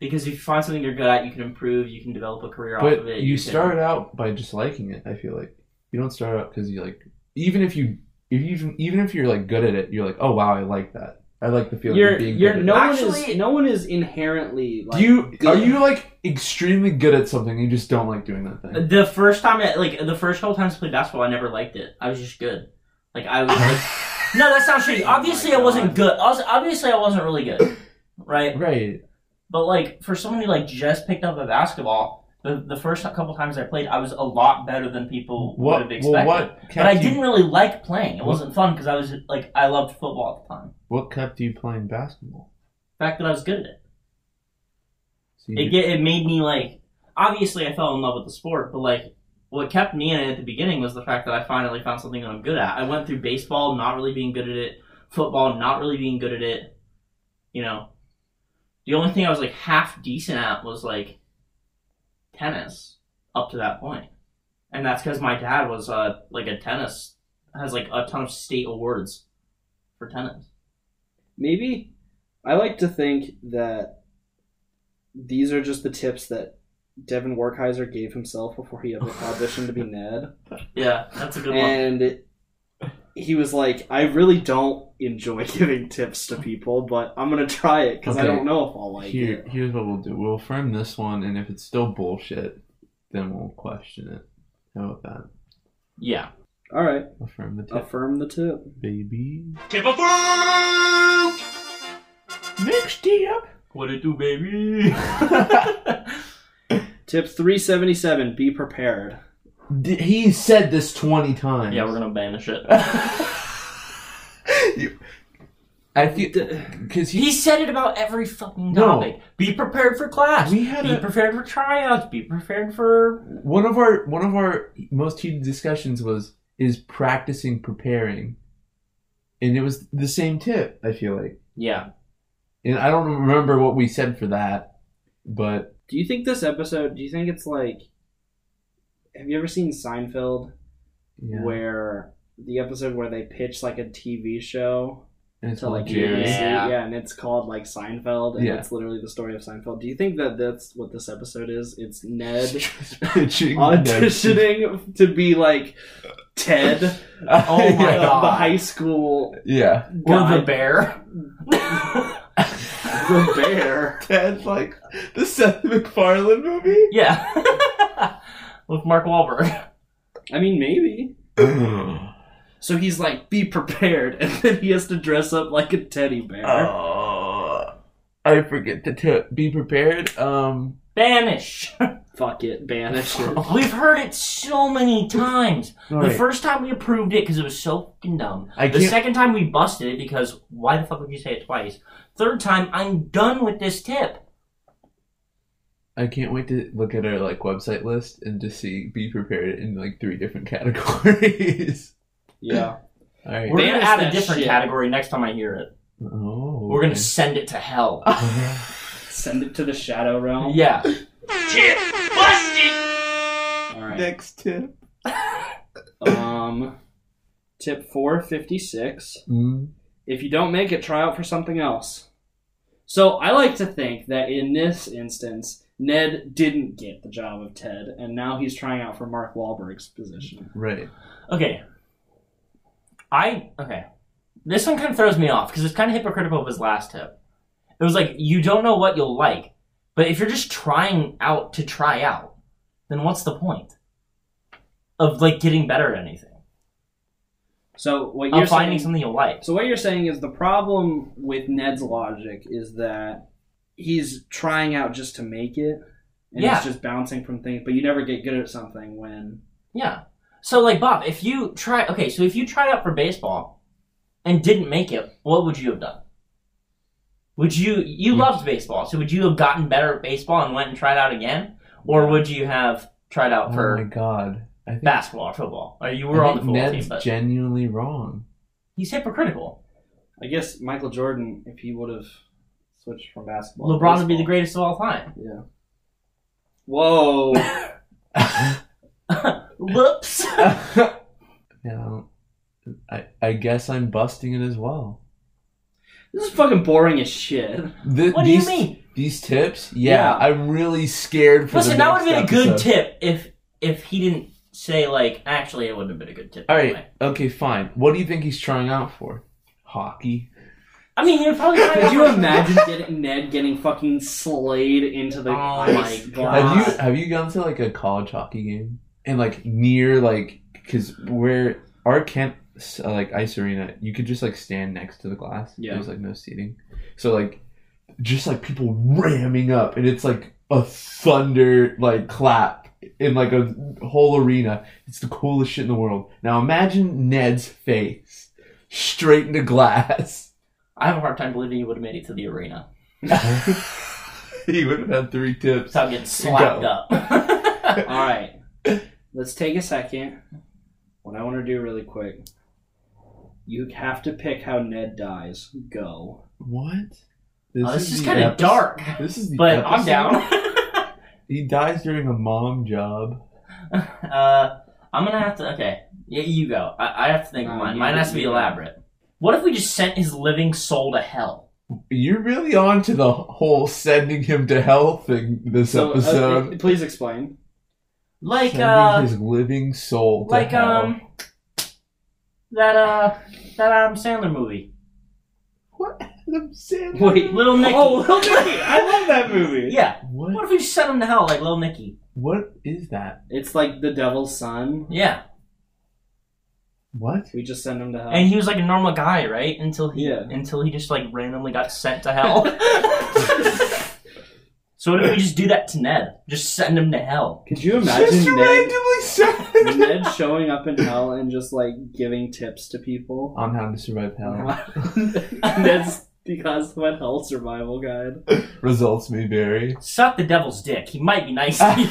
[SPEAKER 5] because if you find something you're good at you can improve you can develop a career off
[SPEAKER 4] But
[SPEAKER 5] of it
[SPEAKER 4] you
[SPEAKER 5] can-
[SPEAKER 4] start out by just liking it. I feel like you don't start out because you like even if you if you even if you're like good at it, you're like oh wow I like that. I like the feeling
[SPEAKER 3] you're
[SPEAKER 4] of being
[SPEAKER 3] you're
[SPEAKER 4] good at
[SPEAKER 3] no
[SPEAKER 4] it.
[SPEAKER 3] one
[SPEAKER 5] Actually-
[SPEAKER 3] is no one is inherently like
[SPEAKER 4] Do you
[SPEAKER 3] good.
[SPEAKER 4] are you like extremely good at something? and You just don't like doing that thing.
[SPEAKER 5] the first time I, like the first couple times i played basketball i never liked it i was just good like i was like no that sounds
[SPEAKER 4] Oh
[SPEAKER 5] shitty obviously i wasn't
[SPEAKER 3] God.
[SPEAKER 5] good I was- obviously i wasn't really good right
[SPEAKER 4] Right.
[SPEAKER 5] But like for someone who like just picked up a basketball, the the first couple times I played, I was a lot better than people would
[SPEAKER 4] What?
[SPEAKER 5] have
[SPEAKER 4] Well,
[SPEAKER 5] expected.
[SPEAKER 4] what
[SPEAKER 5] but I
[SPEAKER 4] kept you-
[SPEAKER 5] didn't really like playing. It
[SPEAKER 4] What-
[SPEAKER 5] wasn't fun because I was like I loved football at the time.
[SPEAKER 4] What kept you playing basketball?
[SPEAKER 5] The fact that I was good at it,
[SPEAKER 4] So you
[SPEAKER 5] it get, it made me like obviously I fell in love with the sport, but like what kept me in it at the beginning was the fact that I finally found something that I'm good at. I went through baseball not really being good at it, football not really being good at it. You know, the only thing I was like half decent at was like tennis up to that point. And that's because my dad was uh, like a tennis has like a ton of state awards for tennis.
[SPEAKER 3] maybe I like to think that these are just the tips that Devin Werkheiser gave himself before he auditioned to be Ned,
[SPEAKER 5] Yeah, that's a good one.
[SPEAKER 3] and it, he was like, "I really don't enjoy giving tips to people, but I'm gonna try it because I
[SPEAKER 4] Okay.
[SPEAKER 3] don't know if I'll like
[SPEAKER 4] here,
[SPEAKER 3] it."
[SPEAKER 4] here's what we'll do. We'll affirm this one, and if it's still bullshit, then we'll question it. How about that?
[SPEAKER 5] Yeah.
[SPEAKER 3] All right,
[SPEAKER 4] Affirm
[SPEAKER 3] Oh.
[SPEAKER 4] the tip,
[SPEAKER 3] affirm the tip.
[SPEAKER 4] baby.
[SPEAKER 2] Tip affirmed!
[SPEAKER 4] Next tip.
[SPEAKER 5] What it do, baby?
[SPEAKER 3] Tip three seventy seven: Be prepared.
[SPEAKER 4] D- he said this 20 times.
[SPEAKER 5] Yeah, we're gonna banish it.
[SPEAKER 4] You- I feel because he
[SPEAKER 5] He said it about every fucking
[SPEAKER 4] No.
[SPEAKER 5] topic. Be prepared for class.
[SPEAKER 4] We had
[SPEAKER 5] Be
[SPEAKER 4] a-
[SPEAKER 5] prepared for tryouts. Be prepared for.
[SPEAKER 4] one of our one of our most heated discussions was is practicing preparing, and it was the same tip. I feel like,
[SPEAKER 5] Yeah.
[SPEAKER 4] and I don't remember what we said for that, but
[SPEAKER 3] Do you think this episode? Do you think it's like? Have you ever seen Seinfeld?
[SPEAKER 4] yeah.
[SPEAKER 3] where the episode where they pitch like a TV show
[SPEAKER 4] and it's
[SPEAKER 3] to
[SPEAKER 4] called
[SPEAKER 3] like
[SPEAKER 4] Jerry.
[SPEAKER 5] yeah.
[SPEAKER 3] yeah. yeah, and it's called like Seinfeld, and
[SPEAKER 4] Yeah.
[SPEAKER 3] it's literally the story of Seinfeld. Do you think that that's what this episode is? It's Ned
[SPEAKER 4] Pitching Ned.
[SPEAKER 3] auditioning to be like Ted,
[SPEAKER 5] Oh my
[SPEAKER 3] the-
[SPEAKER 5] God.
[SPEAKER 3] the high school
[SPEAKER 4] Yeah.
[SPEAKER 5] Or
[SPEAKER 3] guy.
[SPEAKER 5] the bear.
[SPEAKER 3] the bear.
[SPEAKER 4] Ted's like the Seth MacFarlane movie.
[SPEAKER 5] yeah. With Mark Wahlberg.
[SPEAKER 3] I mean, maybe.
[SPEAKER 4] Uh,
[SPEAKER 3] So he's like, be prepared, and then he has to dress up like a teddy bear.
[SPEAKER 4] oh, I forget to t- be prepared. Um,
[SPEAKER 5] Banish.
[SPEAKER 3] Fuck it, banish it.
[SPEAKER 5] We've heard it so many times. The
[SPEAKER 4] alright,
[SPEAKER 5] first time we approved it because it was so fucking dumb.
[SPEAKER 4] I
[SPEAKER 5] the
[SPEAKER 4] can't-
[SPEAKER 5] second time we busted it because why the fuck would you say it twice? Third time, I'm done with this tip.
[SPEAKER 4] I can't wait to look at our like website list and just see be prepared in like three different categories.
[SPEAKER 3] Yeah.
[SPEAKER 4] All right.
[SPEAKER 5] We're gonna
[SPEAKER 3] Banish
[SPEAKER 5] add a
[SPEAKER 3] that
[SPEAKER 5] different
[SPEAKER 3] shit.
[SPEAKER 5] category next time I hear it.
[SPEAKER 4] oh,
[SPEAKER 5] We're gonna
[SPEAKER 4] okay.
[SPEAKER 5] send it to hell.
[SPEAKER 3] Send it to the shadow realm.
[SPEAKER 5] yeah.
[SPEAKER 3] All right.
[SPEAKER 4] Next tip.
[SPEAKER 3] Um, tip 456.
[SPEAKER 4] Mm,
[SPEAKER 3] If you don't make it, try out for something else. So I like to think that in this instance, Ned didn't get the job of Ted, and now he's trying out for Mark Wahlberg's position.
[SPEAKER 4] right.
[SPEAKER 5] Okay. I okay. This one kind of throws me off because it's kind of hypocritical of his last tip. It was like you don't know what you'll like, but if you're just trying out to try out, then what's the point of like getting better at anything?
[SPEAKER 3] So what
[SPEAKER 5] Of
[SPEAKER 3] you're
[SPEAKER 5] finding
[SPEAKER 3] saying,
[SPEAKER 5] something you like.
[SPEAKER 3] So what you're saying is the problem with Ned's logic is that he's trying out just to make it, and
[SPEAKER 5] Yeah.
[SPEAKER 3] he's just bouncing from things. But you never get good at something when
[SPEAKER 5] Yeah. So like Bob, if you try okay, so if you tried out for baseball and didn't make it, what would you have done? Would you you
[SPEAKER 4] Hmm.
[SPEAKER 5] loved baseball, so would you have gotten better at baseball and went and tried out again? Or would you have tried out
[SPEAKER 4] Oh
[SPEAKER 5] for
[SPEAKER 4] my god. I think,
[SPEAKER 5] basketball or football? Or you
[SPEAKER 4] I
[SPEAKER 5] were on the
[SPEAKER 4] think
[SPEAKER 5] football
[SPEAKER 4] Ned's
[SPEAKER 5] team, but
[SPEAKER 4] genuinely wrong.
[SPEAKER 5] he's hypocritical.
[SPEAKER 3] I guess Michael Jordan, if he would have switched from basketball, to
[SPEAKER 5] LeBron would be the
[SPEAKER 3] baseball.
[SPEAKER 5] greatest of all time.
[SPEAKER 3] Yeah. Whoa.
[SPEAKER 5] Whoops.
[SPEAKER 4] yeah, I, don't- I I guess I'm busting it as well.
[SPEAKER 3] this is fucking boring as shit.
[SPEAKER 4] Th-
[SPEAKER 5] What do you
[SPEAKER 4] these-
[SPEAKER 5] mean?
[SPEAKER 4] These tips? Yeah,
[SPEAKER 3] Yeah.
[SPEAKER 4] I'm really scared for the
[SPEAKER 5] Listen, that would
[SPEAKER 4] next
[SPEAKER 5] have been a good
[SPEAKER 4] episode.
[SPEAKER 5] tip if if he didn't say like actually it wouldn't have been a good tip.
[SPEAKER 4] All right,
[SPEAKER 5] anyway.
[SPEAKER 4] okay, fine. What do you think he's trying out for? Hockey.
[SPEAKER 5] I mean you're probably trying out
[SPEAKER 3] Could you
[SPEAKER 5] for-
[SPEAKER 3] imagine getting Ned getting fucking slayed into the
[SPEAKER 5] Oh
[SPEAKER 3] ice
[SPEAKER 5] my
[SPEAKER 3] glass?
[SPEAKER 4] Have you have you gone to like a college hockey game and like near like because where our camp s- uh, like ice arena, you could just like stand next to the glass.
[SPEAKER 3] Yeah.
[SPEAKER 4] there's like no seating, so like just like people ramming up and it's like a thunder like clap in like a whole arena. It's the coolest shit in the world. Now imagine Ned's face straight into glass.
[SPEAKER 5] I have a hard time believing you would have made it to the arena
[SPEAKER 4] he would have had three tips.
[SPEAKER 5] without getting slapped
[SPEAKER 4] Go.
[SPEAKER 5] up.
[SPEAKER 3] All right. Let's take a second. What I want to do really quick. You have to pick how Ned dies. Go.
[SPEAKER 4] What?
[SPEAKER 5] Oh, this is
[SPEAKER 4] the
[SPEAKER 5] kind of
[SPEAKER 4] episode-
[SPEAKER 5] dark,
[SPEAKER 4] This is the
[SPEAKER 5] but
[SPEAKER 4] episode-
[SPEAKER 5] I'm down.
[SPEAKER 4] He dies during a mom job.
[SPEAKER 5] uh, I'm gonna have to. Okay, yeah, you go. I, I have to think of
[SPEAKER 3] No,
[SPEAKER 5] mine.
[SPEAKER 3] Uh, you
[SPEAKER 5] Mine
[SPEAKER 3] go,
[SPEAKER 5] has to be
[SPEAKER 3] you go.
[SPEAKER 5] elaborate. What if we just sent his living soul to hell?
[SPEAKER 4] You're really on to the whole sending him to hell thing this
[SPEAKER 3] So, uh,
[SPEAKER 4] episode.
[SPEAKER 3] please explain.
[SPEAKER 5] Like
[SPEAKER 4] sending
[SPEAKER 5] uh,
[SPEAKER 4] his living soul to
[SPEAKER 5] like
[SPEAKER 4] hell.
[SPEAKER 5] um, that uh, that Adam Sandler movie,
[SPEAKER 4] What? Adam Sandler?
[SPEAKER 3] Wait.
[SPEAKER 5] Little Nicky.
[SPEAKER 3] Oh, Little Nicky! I love that movie.
[SPEAKER 5] yeah. What
[SPEAKER 4] What?
[SPEAKER 5] if we just sent him to hell like Little Nicky?
[SPEAKER 4] What is that?
[SPEAKER 3] It's like the Devil's Son.
[SPEAKER 5] Yeah,
[SPEAKER 4] What?
[SPEAKER 3] We just send him to hell.
[SPEAKER 5] and he was like a normal guy, right? Until he
[SPEAKER 3] Yeah.
[SPEAKER 5] until he just like randomly got sent to hell. so what if we just do that to Ned? Just send him to hell.
[SPEAKER 3] Could you
[SPEAKER 4] Just
[SPEAKER 3] imagine Ned,
[SPEAKER 4] randomly sent.
[SPEAKER 3] Ned showing up in hell and just like giving tips to people?
[SPEAKER 4] On how to survive hell.
[SPEAKER 3] Ned's the Cosmet Hell Survival Guide.
[SPEAKER 4] Results may vary.
[SPEAKER 5] Suck the devil's dick. He might be nice to you.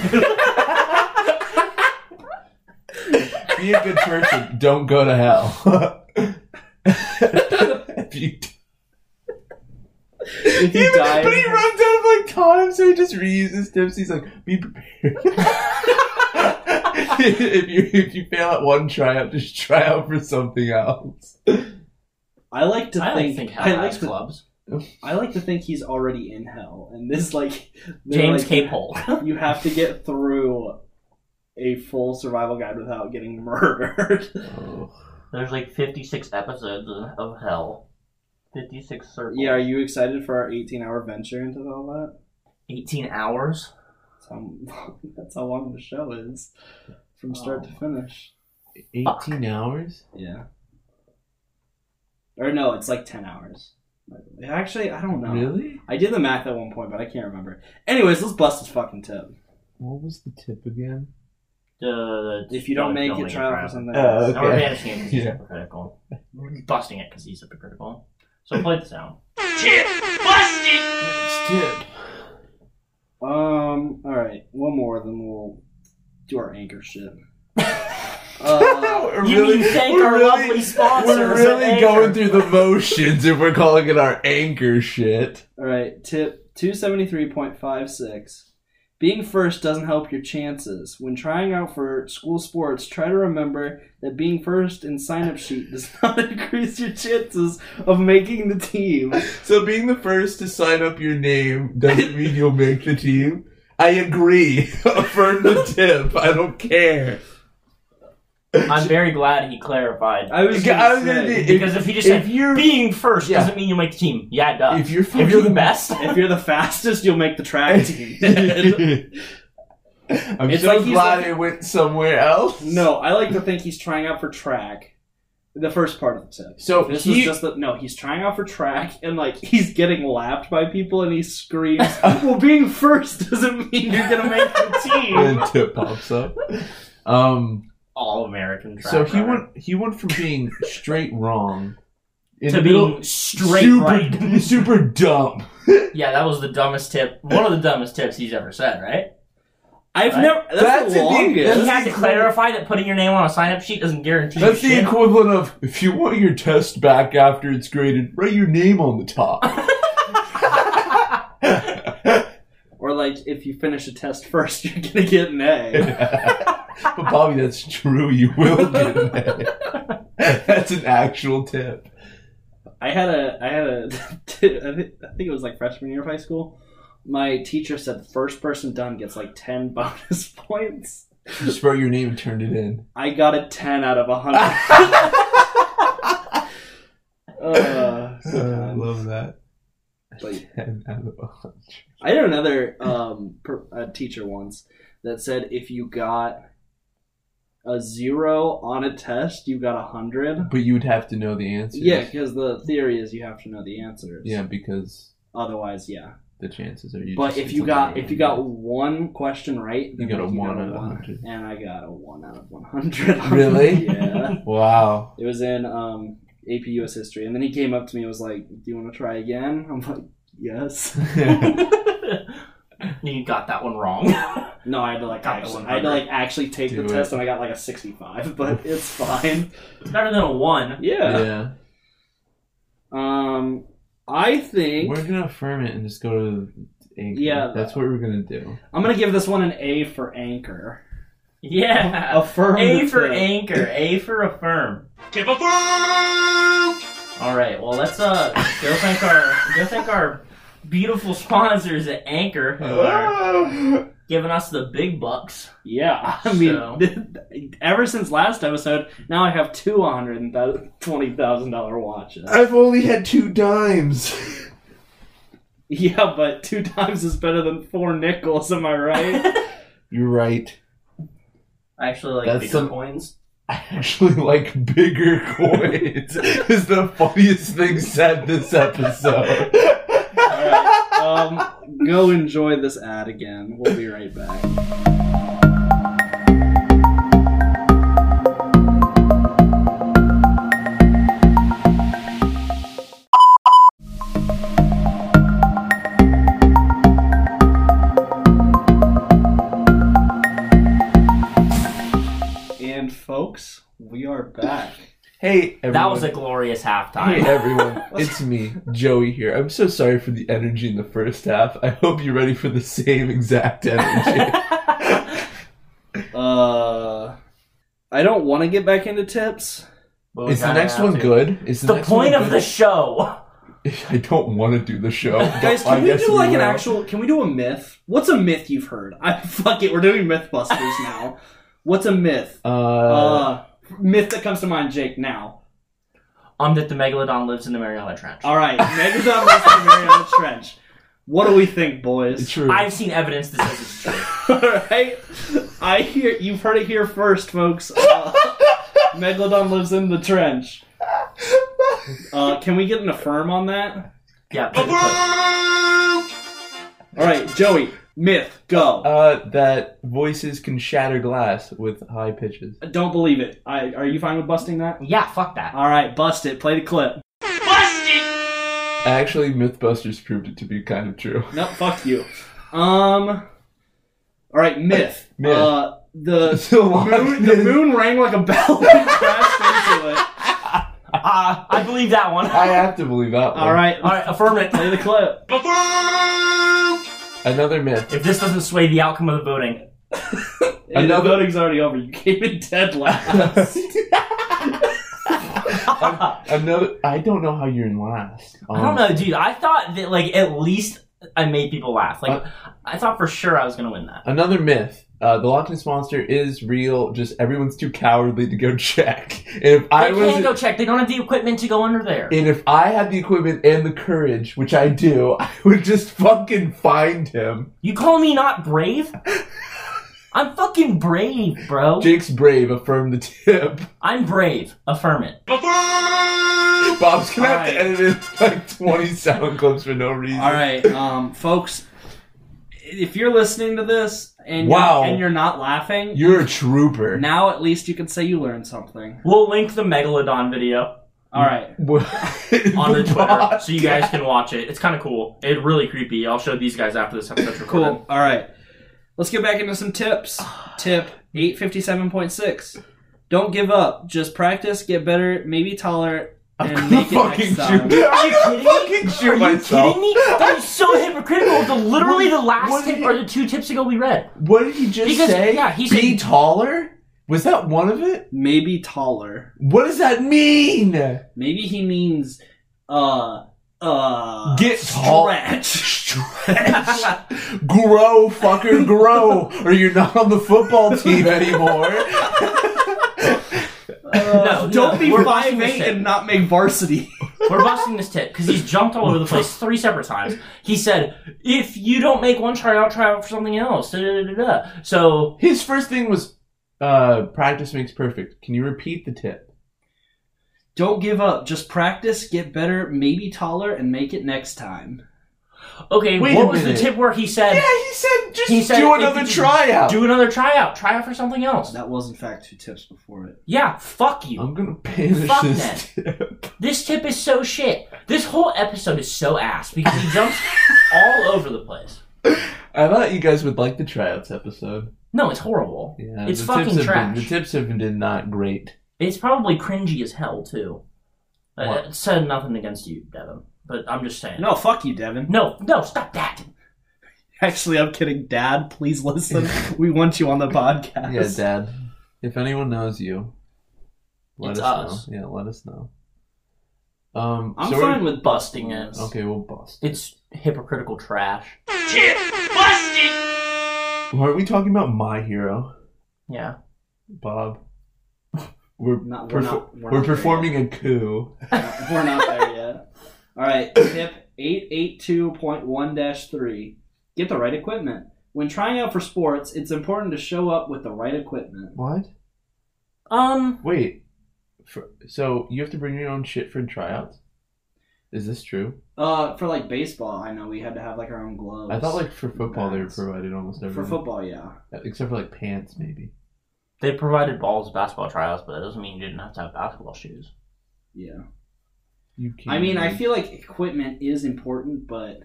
[SPEAKER 4] Be a good person. Don't go to hell. if you
[SPEAKER 3] If you
[SPEAKER 4] Even-
[SPEAKER 3] die,
[SPEAKER 4] But he runs out of like time, so he just reuses tips. He's like, be prepared. if you if you fail at one tryout, just try out for something else.
[SPEAKER 3] I I like to
[SPEAKER 5] I don't
[SPEAKER 3] think,
[SPEAKER 5] think hell
[SPEAKER 3] I like
[SPEAKER 5] has
[SPEAKER 3] to
[SPEAKER 5] clubs.
[SPEAKER 3] I like to think he's already in hell, and this like they're
[SPEAKER 5] James
[SPEAKER 3] like,
[SPEAKER 5] K. Poll.
[SPEAKER 3] You have to get through a full survival guide without getting murdered.
[SPEAKER 4] Oh.
[SPEAKER 5] There's like 56 episodes of- of Hell. 56 circles.
[SPEAKER 3] yeah, are you excited for our eighteen-hour venture into all that?
[SPEAKER 5] 18 hours.
[SPEAKER 3] That's how, that's how long the show is, from start to finish.
[SPEAKER 4] 18
[SPEAKER 5] Fuck.
[SPEAKER 4] hours?
[SPEAKER 3] Yeah. Or no, it's like ten hours. Actually, I don't know.
[SPEAKER 4] Really?
[SPEAKER 3] I did the math at one point, but I can't remember. Anyways, let's bust this fucking tip.
[SPEAKER 4] What was the tip again?
[SPEAKER 5] Uh,
[SPEAKER 3] If you don't make it, try out for something else.
[SPEAKER 4] Oh,
[SPEAKER 5] Okay. Now we're
[SPEAKER 4] Okay.
[SPEAKER 5] banishing him because he's
[SPEAKER 4] Yeah.
[SPEAKER 5] hypocritical. We're busting it because he's hypocritical. So play the sound.
[SPEAKER 4] Next tip.
[SPEAKER 3] Um. All right. One more, then we'll do our anchor shit. uh,
[SPEAKER 4] We're
[SPEAKER 5] You mean thank
[SPEAKER 4] we're
[SPEAKER 5] our
[SPEAKER 4] really-
[SPEAKER 5] lovely sponsors
[SPEAKER 4] We're
[SPEAKER 5] at
[SPEAKER 4] really
[SPEAKER 5] Anchor.
[SPEAKER 4] going through the motions if we're calling it our anchor shit.
[SPEAKER 3] all right. Tip two seventy three point five six. Being first doesn't help your chances. When trying out for school sports, try to remember that being first in sign up sheet does not increase your chances of making the team.
[SPEAKER 4] So being the first to sign up your name doesn't mean you'll make the team. I agree. Affirm the tip. I don't care.
[SPEAKER 5] I'm very glad he clarified.
[SPEAKER 3] I was gonna,
[SPEAKER 4] I was gonna
[SPEAKER 3] say,
[SPEAKER 4] do-
[SPEAKER 5] because if, he just
[SPEAKER 4] if
[SPEAKER 5] said
[SPEAKER 4] you're-
[SPEAKER 5] being first
[SPEAKER 4] Yeah.
[SPEAKER 5] doesn't mean you make the team. Yeah, it does.
[SPEAKER 4] If you're
[SPEAKER 5] if you're the
[SPEAKER 4] fucking-
[SPEAKER 5] best,
[SPEAKER 3] if you're the fastest, you'll make the track team.
[SPEAKER 4] I'm
[SPEAKER 3] It's
[SPEAKER 4] so
[SPEAKER 3] like he's
[SPEAKER 4] glad
[SPEAKER 3] like-
[SPEAKER 4] it went somewhere else.
[SPEAKER 3] No, I like to think he's trying out for track. The first part of the tip.
[SPEAKER 4] So
[SPEAKER 3] this
[SPEAKER 4] he-
[SPEAKER 3] is just that no, he's trying out for track and like he's getting lapped by people and he screams, "Oh, "Well, being first doesn't mean you're gonna make the
[SPEAKER 4] And
[SPEAKER 3] team."
[SPEAKER 4] the tip pops up. Um,
[SPEAKER 5] all American.
[SPEAKER 4] so he went. He went from being straight wrong in
[SPEAKER 5] to
[SPEAKER 4] the
[SPEAKER 5] being
[SPEAKER 4] middle-
[SPEAKER 5] straight
[SPEAKER 4] super
[SPEAKER 5] right.
[SPEAKER 4] super dumb.
[SPEAKER 5] Yeah, that was the dumbest tip. One of the dumbest tips he's ever said, right?
[SPEAKER 3] I've
[SPEAKER 5] Right.
[SPEAKER 3] never. That's,
[SPEAKER 4] That's
[SPEAKER 3] the
[SPEAKER 4] a big-
[SPEAKER 5] He
[SPEAKER 3] longest.
[SPEAKER 4] that's-
[SPEAKER 5] had to clarify that putting your name on a sign-up sheet doesn't guarantee
[SPEAKER 4] That's
[SPEAKER 5] you
[SPEAKER 4] the
[SPEAKER 5] shit.
[SPEAKER 4] equivalent of if you want your test back after it's graded, write your name on the top.
[SPEAKER 3] Or like if you finish a test first, you're gonna get an A.
[SPEAKER 4] but Bobby, that's true. You will get an A. That's an actual tip.
[SPEAKER 3] I had a. I had a. t- I thi- I think it was like freshman year of high school. My teacher said the first person done gets like ten bonus points.
[SPEAKER 4] You just wrote your name and turned it in.
[SPEAKER 3] I got a 10 out of 100. uh,
[SPEAKER 4] Uh, I love that.
[SPEAKER 3] Like-
[SPEAKER 4] Ten out of a hundred.
[SPEAKER 3] I had another um, per, a teacher once that said if you got a zero on a test, you got a 100.
[SPEAKER 4] But you would have to know the answer.
[SPEAKER 3] Yeah, because the theory is you have to know the answers.
[SPEAKER 4] Yeah, because
[SPEAKER 3] Otherwise, yeah.
[SPEAKER 4] the chances are you.
[SPEAKER 3] But
[SPEAKER 4] just
[SPEAKER 3] if
[SPEAKER 4] get
[SPEAKER 3] you got
[SPEAKER 4] something
[SPEAKER 3] if you
[SPEAKER 4] wrong.
[SPEAKER 3] got one question right, then
[SPEAKER 4] You got a
[SPEAKER 3] you
[SPEAKER 4] one out of 100.
[SPEAKER 3] And I got a one out of 100.
[SPEAKER 4] Really?
[SPEAKER 3] yeah.
[SPEAKER 4] Wow.
[SPEAKER 3] It was in um, AP US history, and then he came up to me and was like, "Do you want to try again?" I'm like, "Yes."
[SPEAKER 5] you got that one wrong.
[SPEAKER 3] No, I had to like
[SPEAKER 5] Got the
[SPEAKER 3] actually, I had to
[SPEAKER 5] 100.
[SPEAKER 3] like actually take
[SPEAKER 4] Do
[SPEAKER 3] the
[SPEAKER 4] it.
[SPEAKER 3] test, and I got like a 65, but it's fine.
[SPEAKER 5] it's better than a one.
[SPEAKER 3] Yeah.
[SPEAKER 4] yeah.
[SPEAKER 3] Um, I think
[SPEAKER 4] We're gonna affirm it and just go to anchor.
[SPEAKER 3] Yeah.
[SPEAKER 4] that's what we're gonna do.
[SPEAKER 3] I'm gonna give this one an A for anchor.
[SPEAKER 5] Yeah.
[SPEAKER 3] Affirm.
[SPEAKER 5] A
[SPEAKER 3] the
[SPEAKER 5] for
[SPEAKER 3] tip.
[SPEAKER 5] anchor. A for affirm.
[SPEAKER 2] Tip affirmed!
[SPEAKER 5] All right. Well, let's uh go thank our go thank our beautiful sponsors at Anchor
[SPEAKER 3] Uh,
[SPEAKER 5] who
[SPEAKER 4] Ah!
[SPEAKER 5] are giving us the big bucks.
[SPEAKER 3] Yeah, I mean,
[SPEAKER 5] So-
[SPEAKER 3] ever since last episode, now I have two hundred and twenty thousand dollar watches.
[SPEAKER 4] I've only had two dimes.
[SPEAKER 3] Yeah, but two times is better than four nickels. Am I right?
[SPEAKER 4] You're right.
[SPEAKER 5] I actually like
[SPEAKER 4] That's
[SPEAKER 5] bigger
[SPEAKER 4] some-
[SPEAKER 5] coins.
[SPEAKER 4] I actually like bigger coins. is the funniest thing said this episode.
[SPEAKER 3] um, go enjoy this ad again. We'll be right back. And folks, we are back.
[SPEAKER 4] Hey, everyone.
[SPEAKER 5] That was a glorious
[SPEAKER 4] Hey
[SPEAKER 5] halftime.
[SPEAKER 4] everyone, it's me, Joey here. I'm so sorry for the energy in the first half. I hope you're ready for the same exact energy.
[SPEAKER 3] Uh, I don't want to get back into tips,
[SPEAKER 5] Well, we
[SPEAKER 4] Is the
[SPEAKER 5] kinda
[SPEAKER 4] next
[SPEAKER 5] have
[SPEAKER 4] one
[SPEAKER 5] to.
[SPEAKER 4] good? Is
[SPEAKER 5] The
[SPEAKER 4] next one
[SPEAKER 5] point of
[SPEAKER 4] good?
[SPEAKER 5] the show.
[SPEAKER 4] I don't want to do the show.
[SPEAKER 3] Guys,
[SPEAKER 4] but I
[SPEAKER 3] can we
[SPEAKER 4] guess
[SPEAKER 3] do like an
[SPEAKER 4] will.
[SPEAKER 3] actual? Can we do a myth? What's a myth you've heard? I fuck it. We're doing MythBusters now. What's a myth?
[SPEAKER 4] Uh,
[SPEAKER 3] Uh, myth that comes to mind, Jake. Now,
[SPEAKER 5] Um, that the megalodon lives in the Mariana Trench.
[SPEAKER 3] all right. Megadon versus the Mariana Trench. What do we think, boys?
[SPEAKER 4] it's true.
[SPEAKER 5] I've seen evidence that says it's true.
[SPEAKER 3] All right. I hear you've heard it here first, folks. Uh, Megalodon lives in the trench. Uh, can we get an affirm on that?
[SPEAKER 5] Yeah. put it- put
[SPEAKER 3] All right, Joey. Myth. Go.
[SPEAKER 4] uh, that voices can shatter glass with high pitches.
[SPEAKER 3] Don't believe it. I, are you fine with busting that?
[SPEAKER 5] it. Yeah. Fuck that.
[SPEAKER 3] All right, bust it. Play the clip.
[SPEAKER 4] Actually, MythBusters proved it to be kind of true.
[SPEAKER 3] No, fuck you. Um. All right, myth.
[SPEAKER 4] Myth.
[SPEAKER 3] Uh, the
[SPEAKER 4] It's a lot of
[SPEAKER 3] moon, the
[SPEAKER 4] myth.
[SPEAKER 3] moon rang like a bell and crashed into it.
[SPEAKER 5] Uh, I believe that one.
[SPEAKER 4] I have to believe that. one.
[SPEAKER 3] All right,
[SPEAKER 5] All right, affirm it.
[SPEAKER 3] play the clip.
[SPEAKER 4] Another myth.
[SPEAKER 5] If this doesn't sway the outcome of the voting,
[SPEAKER 4] Another-
[SPEAKER 3] the voting's already over. You came in dead last.
[SPEAKER 4] Another. I don't know how you're in last. Um,
[SPEAKER 5] I don't know, dude. I thought that like at least I made people laugh. Like
[SPEAKER 4] Uh,
[SPEAKER 5] I thought for sure I was gonna win that.
[SPEAKER 4] Another myth. Uh, the Loch Ness monster is real. Just everyone's too cowardly to go check. And if I
[SPEAKER 5] They
[SPEAKER 4] was,
[SPEAKER 5] can't go check. They don't have the equipment to go under there.
[SPEAKER 4] and if I had the equipment and the courage, which I do, I would just fucking find him.
[SPEAKER 5] You call me not brave? I'm fucking brave, bro.
[SPEAKER 4] Jake's brave. Affirm the tip.
[SPEAKER 5] I'm brave. Affirm it.
[SPEAKER 4] Bob's gonna have
[SPEAKER 3] Alright.
[SPEAKER 4] to edit in like 20 sound clips for no reason.
[SPEAKER 3] All right, um, folks. If you're listening to this and
[SPEAKER 4] Wow.
[SPEAKER 3] you're, and you're not laughing,
[SPEAKER 4] You're a trooper.
[SPEAKER 3] now at least you can say you learned something.
[SPEAKER 5] We'll link the Megalodon video
[SPEAKER 3] All right.
[SPEAKER 4] on
[SPEAKER 5] on the
[SPEAKER 4] the
[SPEAKER 5] Twitter so you guys can watch it. It's kind of cool. It really creepy. I'll show these guys after this episode's
[SPEAKER 3] Cool.
[SPEAKER 5] recorded.
[SPEAKER 3] All right. Let's get back into some tips. Tip 857.6. Don't give up. Just practice, get better, maybe tolerate, and make it next
[SPEAKER 4] fucking
[SPEAKER 3] time.
[SPEAKER 4] shoot.
[SPEAKER 5] Are you kidding me?
[SPEAKER 4] fucking shoot
[SPEAKER 5] Are you
[SPEAKER 4] myself.
[SPEAKER 5] kidding me? That is so hypocritical. The literally the last
[SPEAKER 4] what did
[SPEAKER 5] tip
[SPEAKER 4] he-
[SPEAKER 5] or the two tips ago we read.
[SPEAKER 4] What did he just
[SPEAKER 5] Because-
[SPEAKER 4] say?
[SPEAKER 5] yeah, he
[SPEAKER 4] Be
[SPEAKER 5] said-
[SPEAKER 4] taller? Was that one of it?
[SPEAKER 3] Maybe taller.
[SPEAKER 4] What does that mean? Get
[SPEAKER 3] Maybe he means uh uh
[SPEAKER 4] tall.
[SPEAKER 3] stretch.
[SPEAKER 4] Stretch. grow, fucker, grow, or you're not on the football team anymore. Uh,
[SPEAKER 5] No,
[SPEAKER 3] Don't
[SPEAKER 5] no,
[SPEAKER 3] be
[SPEAKER 5] we're
[SPEAKER 3] five
[SPEAKER 5] watching this
[SPEAKER 3] eight
[SPEAKER 5] shit.
[SPEAKER 3] and not make varsity.
[SPEAKER 5] We're busting this tip because he's jumped all over the place three separate times. He said, "If you don't make one tryout, try out for something else." Da, da, da, da, da. So
[SPEAKER 4] His first thing was uh, practice makes perfect. Can you repeat the tip?
[SPEAKER 3] Don't give up. Just practice, get better, maybe taller, and make it next time.
[SPEAKER 5] okay,
[SPEAKER 4] Wait
[SPEAKER 5] what
[SPEAKER 4] a
[SPEAKER 5] was the
[SPEAKER 4] minute.
[SPEAKER 5] tip where he said,
[SPEAKER 4] Yeah, he said just
[SPEAKER 5] He said
[SPEAKER 4] do
[SPEAKER 5] if
[SPEAKER 4] another
[SPEAKER 5] you-
[SPEAKER 4] tryout.
[SPEAKER 5] "Do another tryout, try out for something else."
[SPEAKER 3] That was in fact two tips before it.
[SPEAKER 5] Yeah, fuck you.
[SPEAKER 4] I'm gonna banish
[SPEAKER 5] Fuck
[SPEAKER 4] this tip.
[SPEAKER 5] This tip is so shit. This whole episode is so ass because he jumps all over the place.
[SPEAKER 4] I thought you guys would like the tryouts episode.
[SPEAKER 5] No, it's horrible.
[SPEAKER 4] Yeah,
[SPEAKER 5] it's
[SPEAKER 4] the
[SPEAKER 5] fucking
[SPEAKER 4] tips have
[SPEAKER 5] trash.
[SPEAKER 4] Been, the tips have been not great.
[SPEAKER 5] It's probably cringy as hell too. Uh,
[SPEAKER 4] What?
[SPEAKER 5] it said nothing against you, Devin, but I'm just saying.
[SPEAKER 3] No, fuck you, Devin.
[SPEAKER 5] no, no, stop that.
[SPEAKER 3] Actually, I'm kidding. Dad, please listen. we want you on the podcast.
[SPEAKER 4] Yeah, Dad. If anyone knows you, let
[SPEAKER 5] It's
[SPEAKER 4] us,
[SPEAKER 5] us.
[SPEAKER 4] know. Yeah, let us know. Um,
[SPEAKER 3] I'm
[SPEAKER 4] so
[SPEAKER 3] fine
[SPEAKER 4] we're-
[SPEAKER 3] with
[SPEAKER 5] busting
[SPEAKER 3] busting it.
[SPEAKER 5] it.
[SPEAKER 4] Oh, Okay, we'll bust.
[SPEAKER 5] It's hypocritical trash.
[SPEAKER 4] Aren't we talking about my hero,
[SPEAKER 5] Yeah.
[SPEAKER 4] Bob? We're
[SPEAKER 3] Not-
[SPEAKER 4] perfor-
[SPEAKER 3] we're not- we're
[SPEAKER 4] we're,
[SPEAKER 3] not there
[SPEAKER 4] performing a coup.
[SPEAKER 3] We're not there yet. All right, tip 882.1 3. Get the right equipment. When trying out for sports, it's important to show up with the right equipment.
[SPEAKER 4] What?
[SPEAKER 5] Um.
[SPEAKER 4] Wait. For, so you have to bring your own shit for tryouts. Is this true?
[SPEAKER 3] Uh, for like baseball, I know we had to have like our own gloves.
[SPEAKER 4] I thought like for football they were
[SPEAKER 3] Bats.
[SPEAKER 4] provided almost every
[SPEAKER 3] for football, yeah.
[SPEAKER 4] except for like pants maybe.
[SPEAKER 5] They provided balls, basketball tryouts, but that doesn't mean you didn't have to have basketball shoes.
[SPEAKER 3] Yeah.
[SPEAKER 4] You can't.
[SPEAKER 3] I mean, I feel like equipment is important, but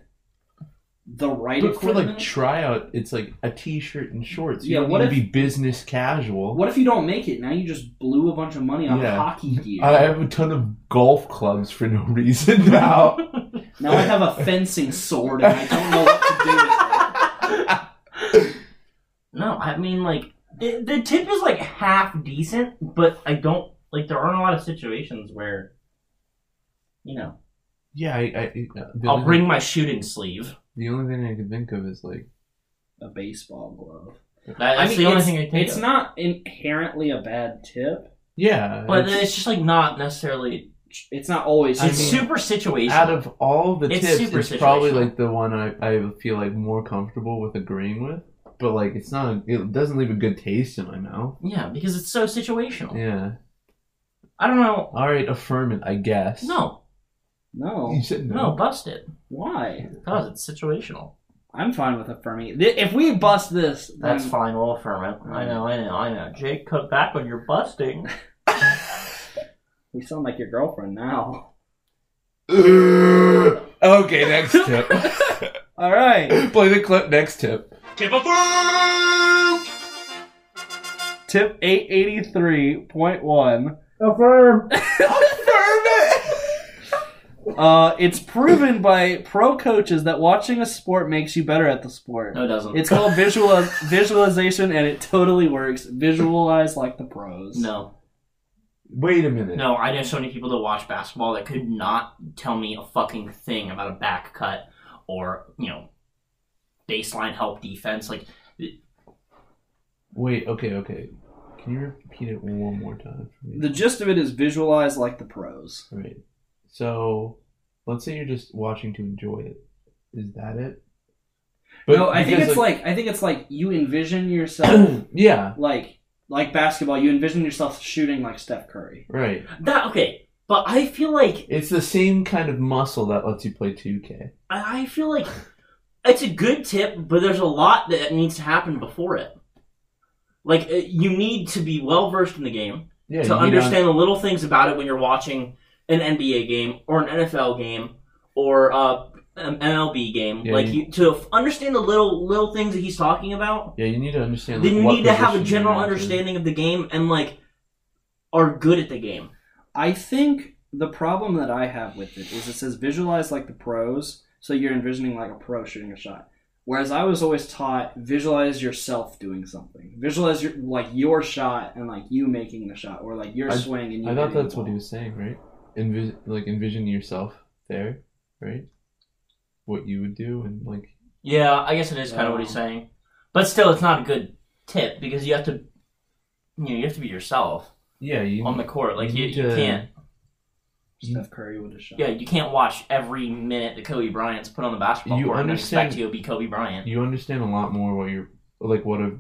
[SPEAKER 3] the right
[SPEAKER 4] But for
[SPEAKER 3] equipment.
[SPEAKER 4] like tryout, it's like a t-shirt and shorts. You
[SPEAKER 3] Yeah,
[SPEAKER 4] don't
[SPEAKER 3] what
[SPEAKER 4] want to
[SPEAKER 3] if-
[SPEAKER 4] be business casual.
[SPEAKER 3] what if you don't make it? Now you just blew a bunch of money on
[SPEAKER 4] Yeah.
[SPEAKER 3] hockey gear.
[SPEAKER 4] I have a ton of golf clubs for no reason now.
[SPEAKER 3] Now I have a fencing sword and I don't know what to do with it.
[SPEAKER 5] No, I mean like the, the tip is like half decent, but I don't like there aren't a lot of situations where, you know,
[SPEAKER 4] Yeah, I. I uh, the
[SPEAKER 5] I'll
[SPEAKER 4] only
[SPEAKER 5] bring
[SPEAKER 4] thing-
[SPEAKER 5] my shooting sleeve.
[SPEAKER 4] The only thing I can think of is like
[SPEAKER 3] A baseball glove.
[SPEAKER 5] That- That's the only
[SPEAKER 3] it's,
[SPEAKER 5] thing I think.
[SPEAKER 3] it's
[SPEAKER 5] of.
[SPEAKER 3] not inherently a bad tip.
[SPEAKER 4] yeah,
[SPEAKER 5] but
[SPEAKER 4] it's-
[SPEAKER 5] it's, just like not necessarily.
[SPEAKER 3] It's not always.
[SPEAKER 5] It's
[SPEAKER 4] I mean,
[SPEAKER 5] super situational.
[SPEAKER 4] out of all the
[SPEAKER 5] It's
[SPEAKER 4] tips,
[SPEAKER 5] super
[SPEAKER 4] it's probably
[SPEAKER 5] situational.
[SPEAKER 4] like the one I, I feel like more comfortable with agreeing with. But like, it's not. It doesn't leave a good taste in my mouth.
[SPEAKER 5] yeah, because it's so situational.
[SPEAKER 4] Yeah.
[SPEAKER 5] I don't know.
[SPEAKER 4] All right, affirm it. I guess.
[SPEAKER 5] No,
[SPEAKER 3] no.
[SPEAKER 4] You said
[SPEAKER 5] no, bust it.
[SPEAKER 3] Why?
[SPEAKER 5] Cause it's situational.
[SPEAKER 3] I'm fine with affirming. Th- If we bust this, then
[SPEAKER 5] That's fine. We'll affirm it. I know. I know. I know. Jake, cut back on your busting.
[SPEAKER 3] We sound like your girlfriend now.
[SPEAKER 4] Ugh. okay, next tip.
[SPEAKER 3] All right.
[SPEAKER 4] Play the clip. Next tip.
[SPEAKER 2] Tip of Funk!
[SPEAKER 3] Tip 883.1.
[SPEAKER 5] Affirm.
[SPEAKER 3] Uh, it's proven by pro coaches that watching a sport makes you better at the sport.
[SPEAKER 5] No, it doesn't.
[SPEAKER 3] It's called visual visualization, and it totally works. Visualize like the pros.
[SPEAKER 5] no,
[SPEAKER 4] Wait a minute.
[SPEAKER 5] no. I know so many people that watch basketball that could not tell me a fucking thing about a back cut or you know baseline help defense. Like
[SPEAKER 4] Wait. Okay. Okay. Can you repeat it one more time for me?
[SPEAKER 3] The gist of it is visualize like the pros.
[SPEAKER 4] All right. So, let's say you're just watching to enjoy it. Is that it?
[SPEAKER 3] no, I think
[SPEAKER 4] because,
[SPEAKER 3] it's like, I think it's like you envision yourself
[SPEAKER 4] yeah.
[SPEAKER 3] like like basketball. You envision yourself shooting like Steph Curry.
[SPEAKER 4] Right.
[SPEAKER 5] that. Okay, but I feel like
[SPEAKER 4] It's the same kind of muscle that lets you play 2K.
[SPEAKER 5] I I feel like it's a good tip, but there's a lot that needs to happen before it. Like uh, you need to be well versed in the game.
[SPEAKER 4] Yeah.
[SPEAKER 5] to understand the little things about it when you're watching an NBA game or an NFL game or uh, an MLB game.
[SPEAKER 4] Yeah,
[SPEAKER 5] like
[SPEAKER 4] you-
[SPEAKER 5] you, to f- understand the little little things that he's talking about,
[SPEAKER 4] yeah, you need to understand.
[SPEAKER 5] then you
[SPEAKER 4] what
[SPEAKER 5] need to have a
[SPEAKER 4] position you're
[SPEAKER 5] general
[SPEAKER 4] in.
[SPEAKER 5] understanding of the game and like are good at the game.
[SPEAKER 3] I think the problem that I have with it is it says visualize like the pros, so you're envisioning like a pro shooting a shot. Whereas I was always taught visualize yourself doing something, visualize your like your shot and like you making the shot, or like your
[SPEAKER 4] I-
[SPEAKER 3] swing and you.
[SPEAKER 4] I thought
[SPEAKER 3] hitting the
[SPEAKER 4] that's what he
[SPEAKER 3] ball.
[SPEAKER 4] was saying, right? Envis- like envision yourself there, right? What you would do and like.
[SPEAKER 5] Yeah, I guess it is kind of what he's saying, but still, it's not a good tip because you have to, you know, you have to be yourself
[SPEAKER 4] Yeah, you.
[SPEAKER 5] on the court. Like you,
[SPEAKER 4] need
[SPEAKER 5] you
[SPEAKER 4] to-
[SPEAKER 5] can't.
[SPEAKER 3] Steph Curry would have shot.
[SPEAKER 5] Yeah, you can't watch every minute that Kobe Bryant's put on the basketball
[SPEAKER 4] You
[SPEAKER 5] court
[SPEAKER 4] understand-
[SPEAKER 5] and expect you to be Kobe Bryant.
[SPEAKER 4] you understand a lot more what you're like what a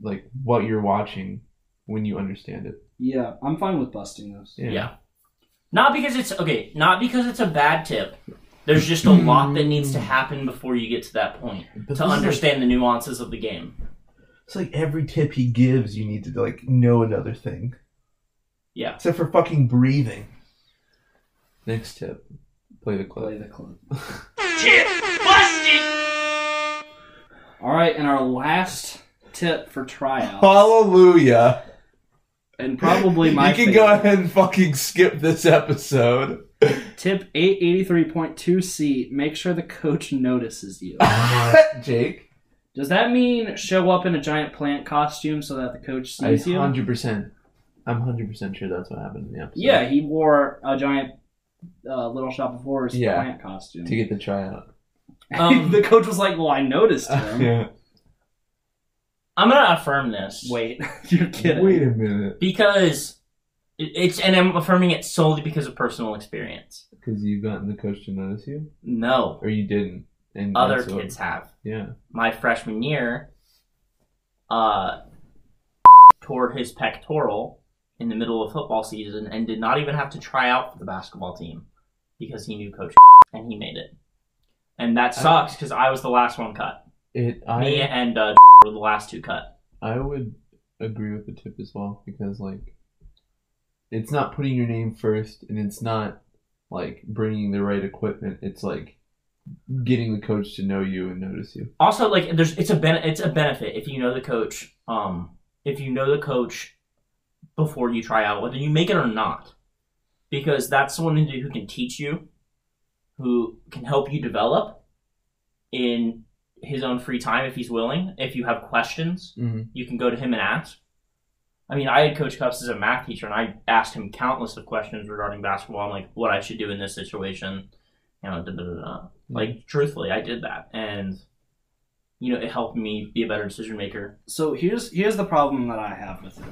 [SPEAKER 4] like what you're watching when you understand it.
[SPEAKER 3] Yeah, I'm fine with busting those.
[SPEAKER 4] Yeah.
[SPEAKER 5] Yeah. Not because it's okay, not because it's a bad tip. There's just a lot that needs to happen before you get to that point
[SPEAKER 4] this
[SPEAKER 5] to
[SPEAKER 4] is
[SPEAKER 5] understand the nuances of the game.
[SPEAKER 4] It's like every tip he gives, you need to like know another thing,
[SPEAKER 5] Yeah.
[SPEAKER 4] except for fucking breathing. Next tip, play the clip.
[SPEAKER 3] Play the clip.
[SPEAKER 2] Tip Busted!
[SPEAKER 3] All right, and our last tip for tryouts,
[SPEAKER 4] Hallelujah!
[SPEAKER 3] and probably my
[SPEAKER 4] you can
[SPEAKER 3] favorite.
[SPEAKER 4] go ahead and fucking skip this episode.
[SPEAKER 3] Tip 883.2C, make sure the coach notices you.
[SPEAKER 4] Jake,
[SPEAKER 3] Does that mean show up in a giant plant costume so that the coach
[SPEAKER 4] I
[SPEAKER 3] sees you?
[SPEAKER 4] hundred percent. I'm hundred percent sure that's what happened in the episode.
[SPEAKER 3] Yeah, he wore a giant uh, Little Shop of Horrors
[SPEAKER 4] Yeah.
[SPEAKER 3] plant costume.
[SPEAKER 4] to get the tryout.
[SPEAKER 5] Um,
[SPEAKER 3] the coach was like, "Well, I noticed him."
[SPEAKER 4] yeah.
[SPEAKER 5] I'm gonna affirm this.
[SPEAKER 3] Wait, you're kidding?
[SPEAKER 4] Wait a minute,
[SPEAKER 5] Because it- it's and I'm affirming it solely because of personal experience.
[SPEAKER 4] because you've gotten the coach to notice you,
[SPEAKER 5] No.
[SPEAKER 4] or you didn't, and
[SPEAKER 5] Other
[SPEAKER 4] that's what-
[SPEAKER 5] kids have.
[SPEAKER 4] Yeah.
[SPEAKER 5] My freshman year, uh tore his pectoral in the middle of football season and did not even have to try out for the basketball team because he knew coach and he made it. And that sucks because I was the last one cut.
[SPEAKER 4] It. I.
[SPEAKER 5] Me and uh, were the last two cut.
[SPEAKER 4] I would agree with the tip as well because like it's not putting your name first and it's not like bringing the right equipment. It's like getting the coach to know you and notice you.
[SPEAKER 5] Also, like there's it's a ben- it's a benefit if you know the coach. Um, if you know the coach before you try out, whether you make it or not, because that's someone who who can teach you, who can help you develop in his own free time if he's willing. If you have questions,
[SPEAKER 4] Mm-hmm.
[SPEAKER 5] you can go to him and ask. I mean, I had Coach Cups as a math teacher, and I asked him countless of questions regarding basketball, and like what I should do in this situation. You know, da, da, da, da. like truthfully, I did that, and you know, it helped me be a better decision maker.
[SPEAKER 3] So here's here's the problem that I have with it.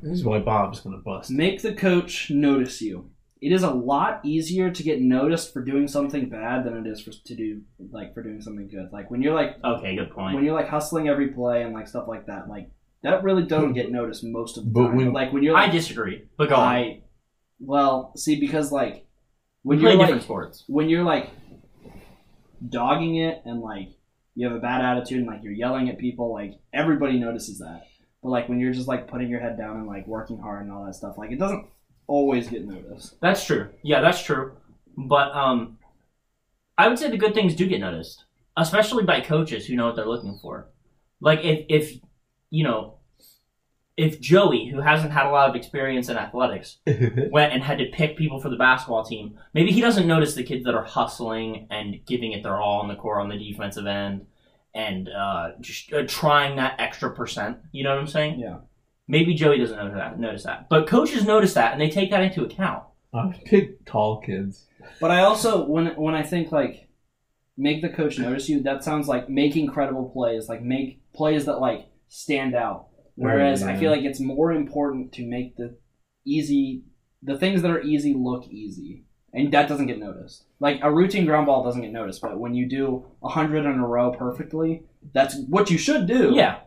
[SPEAKER 4] This is why Bob's gonna bust.
[SPEAKER 3] Make the coach notice you. It is a lot easier to get noticed for doing something bad than it is for to do like for doing something good. Like when you're like
[SPEAKER 5] Okay, good
[SPEAKER 3] when
[SPEAKER 5] point.
[SPEAKER 3] you're like hustling every play and like stuff like that, like that really doesn't get noticed most of the
[SPEAKER 4] But
[SPEAKER 3] time.
[SPEAKER 4] when-
[SPEAKER 3] like when you're
[SPEAKER 5] I
[SPEAKER 3] like,
[SPEAKER 5] disagree, but go on.
[SPEAKER 3] I- well, see, because like when
[SPEAKER 5] We play
[SPEAKER 3] you're
[SPEAKER 5] different
[SPEAKER 3] like
[SPEAKER 5] sports.
[SPEAKER 3] when you're like dogging it and like you have a bad attitude and like you're yelling at people, like everybody notices that. But like when you're just like putting your head down and like working hard and all that stuff, like it doesn't always get noticed.
[SPEAKER 5] That's true. Yeah, that's true. But um, I would say the good things do get noticed, especially by coaches who know what they're looking for. Like if if you know if Joey, who hasn't had a lot of experience in athletics, went and had to pick people for the basketball team, maybe he doesn't notice the kids that are hustling and giving it their all on the core on the defensive end and uh, just uh, trying that extra percent. You know what I'm saying?
[SPEAKER 3] Yeah.
[SPEAKER 5] Maybe Joey doesn't notice that, notice that, but coaches notice that and they take that into account.
[SPEAKER 4] I've picked tall kids.
[SPEAKER 3] But I also when when I think like make the coach notice you, that sounds like making credible plays, like make plays that like stand out. Whereas I
[SPEAKER 4] Yeah.
[SPEAKER 3] feel like it's more important to make the easy the things that are easy look easy. And that doesn't get noticed. Like a routine ground ball doesn't get noticed, but when you do a hundred in a row perfectly, that's what you should do.
[SPEAKER 5] Yeah,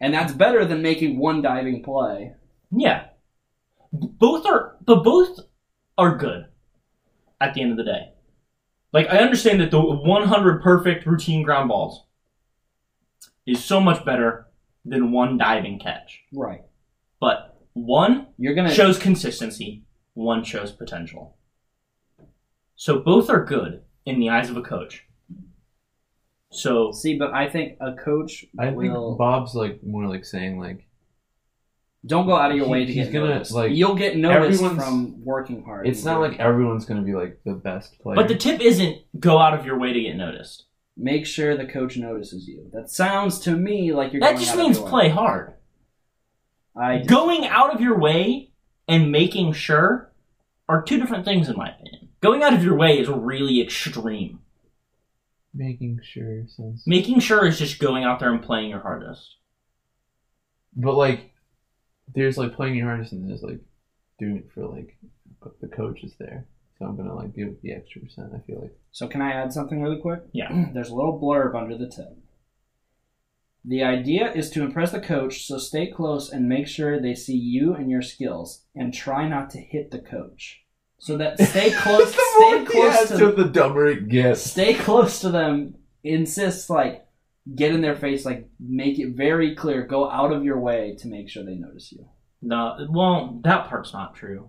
[SPEAKER 3] And that's better than making one diving play.
[SPEAKER 5] yeah. B- Both are, but both are good. At the end of the day, like I understand that the 100 perfect routine ground balls is so much better than one diving catch,
[SPEAKER 3] Right.
[SPEAKER 5] but one
[SPEAKER 3] You're gonna
[SPEAKER 5] shows consistency, one shows potential. So both are good in the eyes of a coach. So
[SPEAKER 3] see, but I think a coach
[SPEAKER 4] I think
[SPEAKER 3] will
[SPEAKER 4] Bob's like more like saying like
[SPEAKER 3] Don't go out of your
[SPEAKER 4] He-
[SPEAKER 3] way to
[SPEAKER 4] he's
[SPEAKER 3] get
[SPEAKER 4] gonna,
[SPEAKER 3] noticed.
[SPEAKER 4] like,
[SPEAKER 3] You'll get noticed
[SPEAKER 4] everyone's-
[SPEAKER 3] from working hard.
[SPEAKER 4] it's not like everyone's gonna be like the best player.
[SPEAKER 5] but the tip isn't go out of your way to get noticed.
[SPEAKER 3] make sure the coach notices you. That sounds to me like you're.
[SPEAKER 5] That
[SPEAKER 3] going
[SPEAKER 5] just
[SPEAKER 3] out of
[SPEAKER 5] means
[SPEAKER 3] your way.
[SPEAKER 5] play hard.
[SPEAKER 3] I d-
[SPEAKER 5] going out of your way and making sure are two different things in my opinion going out of your way is really extreme
[SPEAKER 4] making sure sounds.
[SPEAKER 5] making sure is just going out there and playing your hardest
[SPEAKER 4] But like, there's like playing your hardest and there's like doing it for like, but the coach is there, so I'm gonna like give it the extra percent. I feel like
[SPEAKER 3] So can I add something really quick?
[SPEAKER 5] yeah
[SPEAKER 3] There's a little blurb under the tip. The idea is to impress the coach, so stay close and make sure they see you and your skills, and try not to hit the coach. So that stay close, stay close to
[SPEAKER 4] the dumber it gets.
[SPEAKER 3] stay close to them insist like get in their face like make it very clear go out of your way to make sure they notice you
[SPEAKER 5] no well that part's not true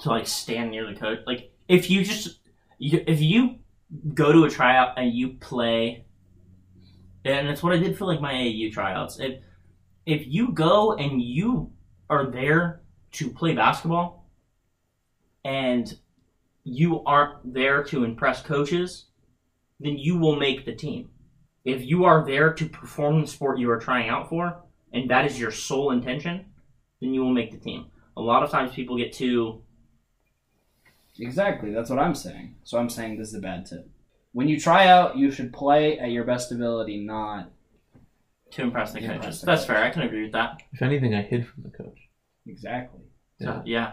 [SPEAKER 5] to like stand near the coach like if you just you- if you go to a tryout and you play and it's what i did for like my au tryouts if if you go and you are there to play basketball and you aren't there to impress coaches, then you will make the team. If you are there to perform the sport you are trying out for, and that is your sole intention, then you will make the team. A lot of times people get too
[SPEAKER 3] exactly that's what i'm saying so i'm saying this is a bad tip when you try out you should play at your best ability not
[SPEAKER 5] to impress the
[SPEAKER 3] Yeah,
[SPEAKER 5] coaches.
[SPEAKER 3] impress the
[SPEAKER 5] That's
[SPEAKER 3] coach.
[SPEAKER 5] fair. I can agree with that.
[SPEAKER 4] If anything, I hid from the coach.
[SPEAKER 3] exactly
[SPEAKER 5] So,
[SPEAKER 4] Yeah,
[SPEAKER 5] yeah.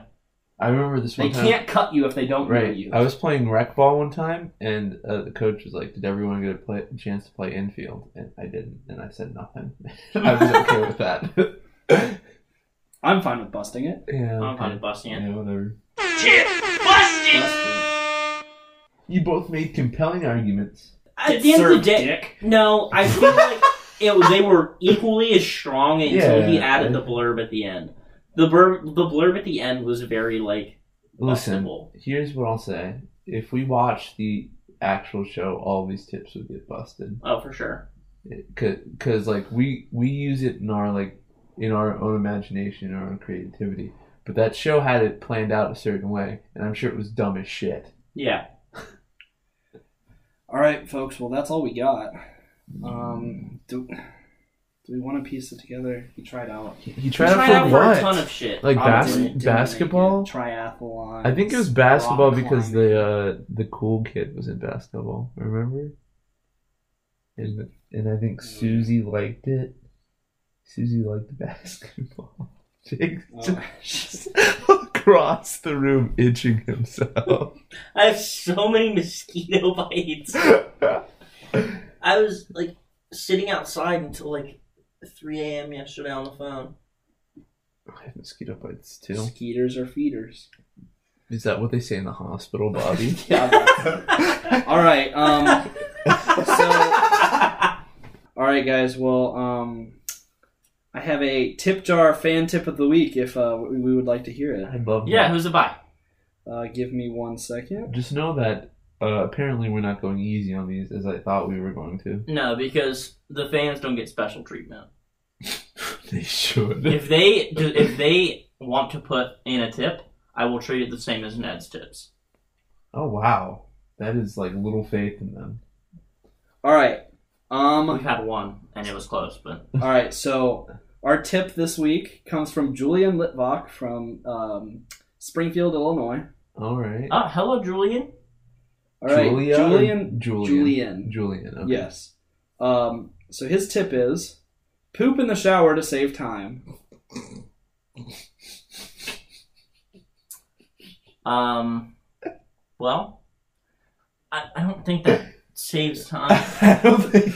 [SPEAKER 4] I remember this
[SPEAKER 3] they
[SPEAKER 4] one time.
[SPEAKER 3] can't cut you if they don't know
[SPEAKER 4] Right,
[SPEAKER 3] you
[SPEAKER 4] I was playing rec ball one time, and uh, the coach was like, "Did everyone get a play, chance to play infield?" And I didn't, and I said nothing. I was okay with that.
[SPEAKER 3] i'm fine with busting it
[SPEAKER 4] yeah,
[SPEAKER 5] I'm kind
[SPEAKER 4] okay.
[SPEAKER 5] of busting it.
[SPEAKER 4] yeah, whatever.
[SPEAKER 2] Tip busting!
[SPEAKER 4] You both made compelling arguments.
[SPEAKER 3] Get
[SPEAKER 5] At the end of the
[SPEAKER 3] served,
[SPEAKER 5] day,
[SPEAKER 3] dick.
[SPEAKER 5] no, I feel like it, they were equally as strong until he
[SPEAKER 4] Yeah.
[SPEAKER 5] added the blurb at the end. The blurb, the blurb at the end was very like
[SPEAKER 4] Listen,
[SPEAKER 5] Bustable.
[SPEAKER 4] here's what I'll say. If we watch the actual show, all these tips would get busted.
[SPEAKER 5] Oh, for sure.
[SPEAKER 4] Because, like, we, we use it in our, like, in our own imagination, our own creativity. But that show had it planned out a certain way, and I'm sure it was dumb as shit.
[SPEAKER 5] Yeah.
[SPEAKER 3] all right folks well that's all we got um do, Do we want to piece it together? He tried out
[SPEAKER 4] He, he
[SPEAKER 5] Tried
[SPEAKER 4] tried,
[SPEAKER 5] out
[SPEAKER 4] out for
[SPEAKER 5] for
[SPEAKER 4] what?
[SPEAKER 5] a ton of shit.
[SPEAKER 4] like
[SPEAKER 3] Obviously,
[SPEAKER 4] bas-
[SPEAKER 3] it didn't make
[SPEAKER 4] basketball.
[SPEAKER 3] triathlon.
[SPEAKER 4] I think it was basketball because the uh, the cool kid was in basketball. Remember? And and I think Susie liked it. Susie liked basketball. Jake
[SPEAKER 3] Oh.
[SPEAKER 4] just across the room itching himself.
[SPEAKER 5] I have so many mosquito bites. I was like sitting outside until like 3 a.m. yesterday on the phone.
[SPEAKER 4] I have mosquito bites too.
[SPEAKER 3] Skeeters or feeders.
[SPEAKER 4] Is that what they say in the hospital, Bobby?
[SPEAKER 3] All right. Um. so. All right, guys. Well, um, I have a tip jar fan tip of the week. If uh, we we would like to hear it,
[SPEAKER 4] I'd love
[SPEAKER 5] Yeah,
[SPEAKER 4] that.
[SPEAKER 5] who's a buy?
[SPEAKER 3] uh, give me one second.
[SPEAKER 4] Just know that uh, apparently we're not going easy on these as I thought we were going to.
[SPEAKER 5] No, because the fans don't get special treatment.
[SPEAKER 4] They should.
[SPEAKER 5] If they if they want to put in a tip, I will treat it the same as Ned's tips.
[SPEAKER 4] Oh wow, that is like little faith in them.
[SPEAKER 3] All right. Um.
[SPEAKER 5] We've had one and it was close, but
[SPEAKER 3] All right, so our tip this week comes from Julian Litvak from um, Springfield, Illinois.
[SPEAKER 4] All right,
[SPEAKER 5] oh, hello, Julian.
[SPEAKER 3] All right,
[SPEAKER 4] Julia or
[SPEAKER 3] Julian,
[SPEAKER 4] Julian,
[SPEAKER 3] Julian.
[SPEAKER 4] Julian. Okay.
[SPEAKER 3] Yes. Um, so his tip is poop in the shower to save time.
[SPEAKER 5] Um, well, I, I don't think that saves time.
[SPEAKER 4] I don't think.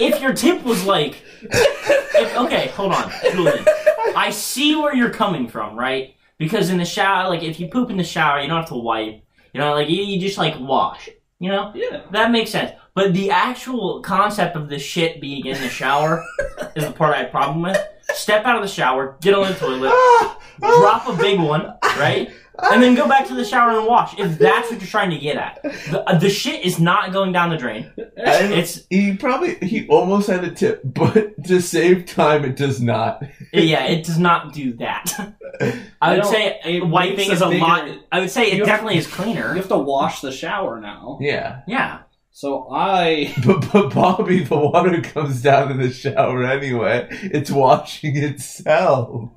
[SPEAKER 5] if your tip was like, if, okay, hold on, Julian. I see where you're coming from, right? Because in the shower, like if you poop in the shower, you don't have to wipe. You know, like you, you just like wash. You know,
[SPEAKER 3] Yeah.
[SPEAKER 5] that makes sense. But the actual concept of the shit being in the shower is the part I have a problem with. Step out of the shower, get on the toilet, drop a big one, right? And then go back to the shower and wash. If that's what you're trying to get at, the, the shit is not going down the drain.
[SPEAKER 4] And
[SPEAKER 5] It's
[SPEAKER 4] he probably he almost had a tip, but to save time, it does not.
[SPEAKER 5] Yeah, it does not do that. I
[SPEAKER 3] You
[SPEAKER 5] would
[SPEAKER 3] know,
[SPEAKER 5] say
[SPEAKER 3] it
[SPEAKER 5] wiping
[SPEAKER 3] makes a
[SPEAKER 5] is a
[SPEAKER 3] bigger-
[SPEAKER 5] lot. I would say it
[SPEAKER 3] You have-
[SPEAKER 5] definitely is
[SPEAKER 3] You
[SPEAKER 5] cleaner.
[SPEAKER 3] have to wash the shower now.
[SPEAKER 4] Yeah,
[SPEAKER 5] Yeah,
[SPEAKER 3] So I
[SPEAKER 4] but but Bobby, the water comes down in the shower anyway. It's washing itself.
[SPEAKER 5] I'm,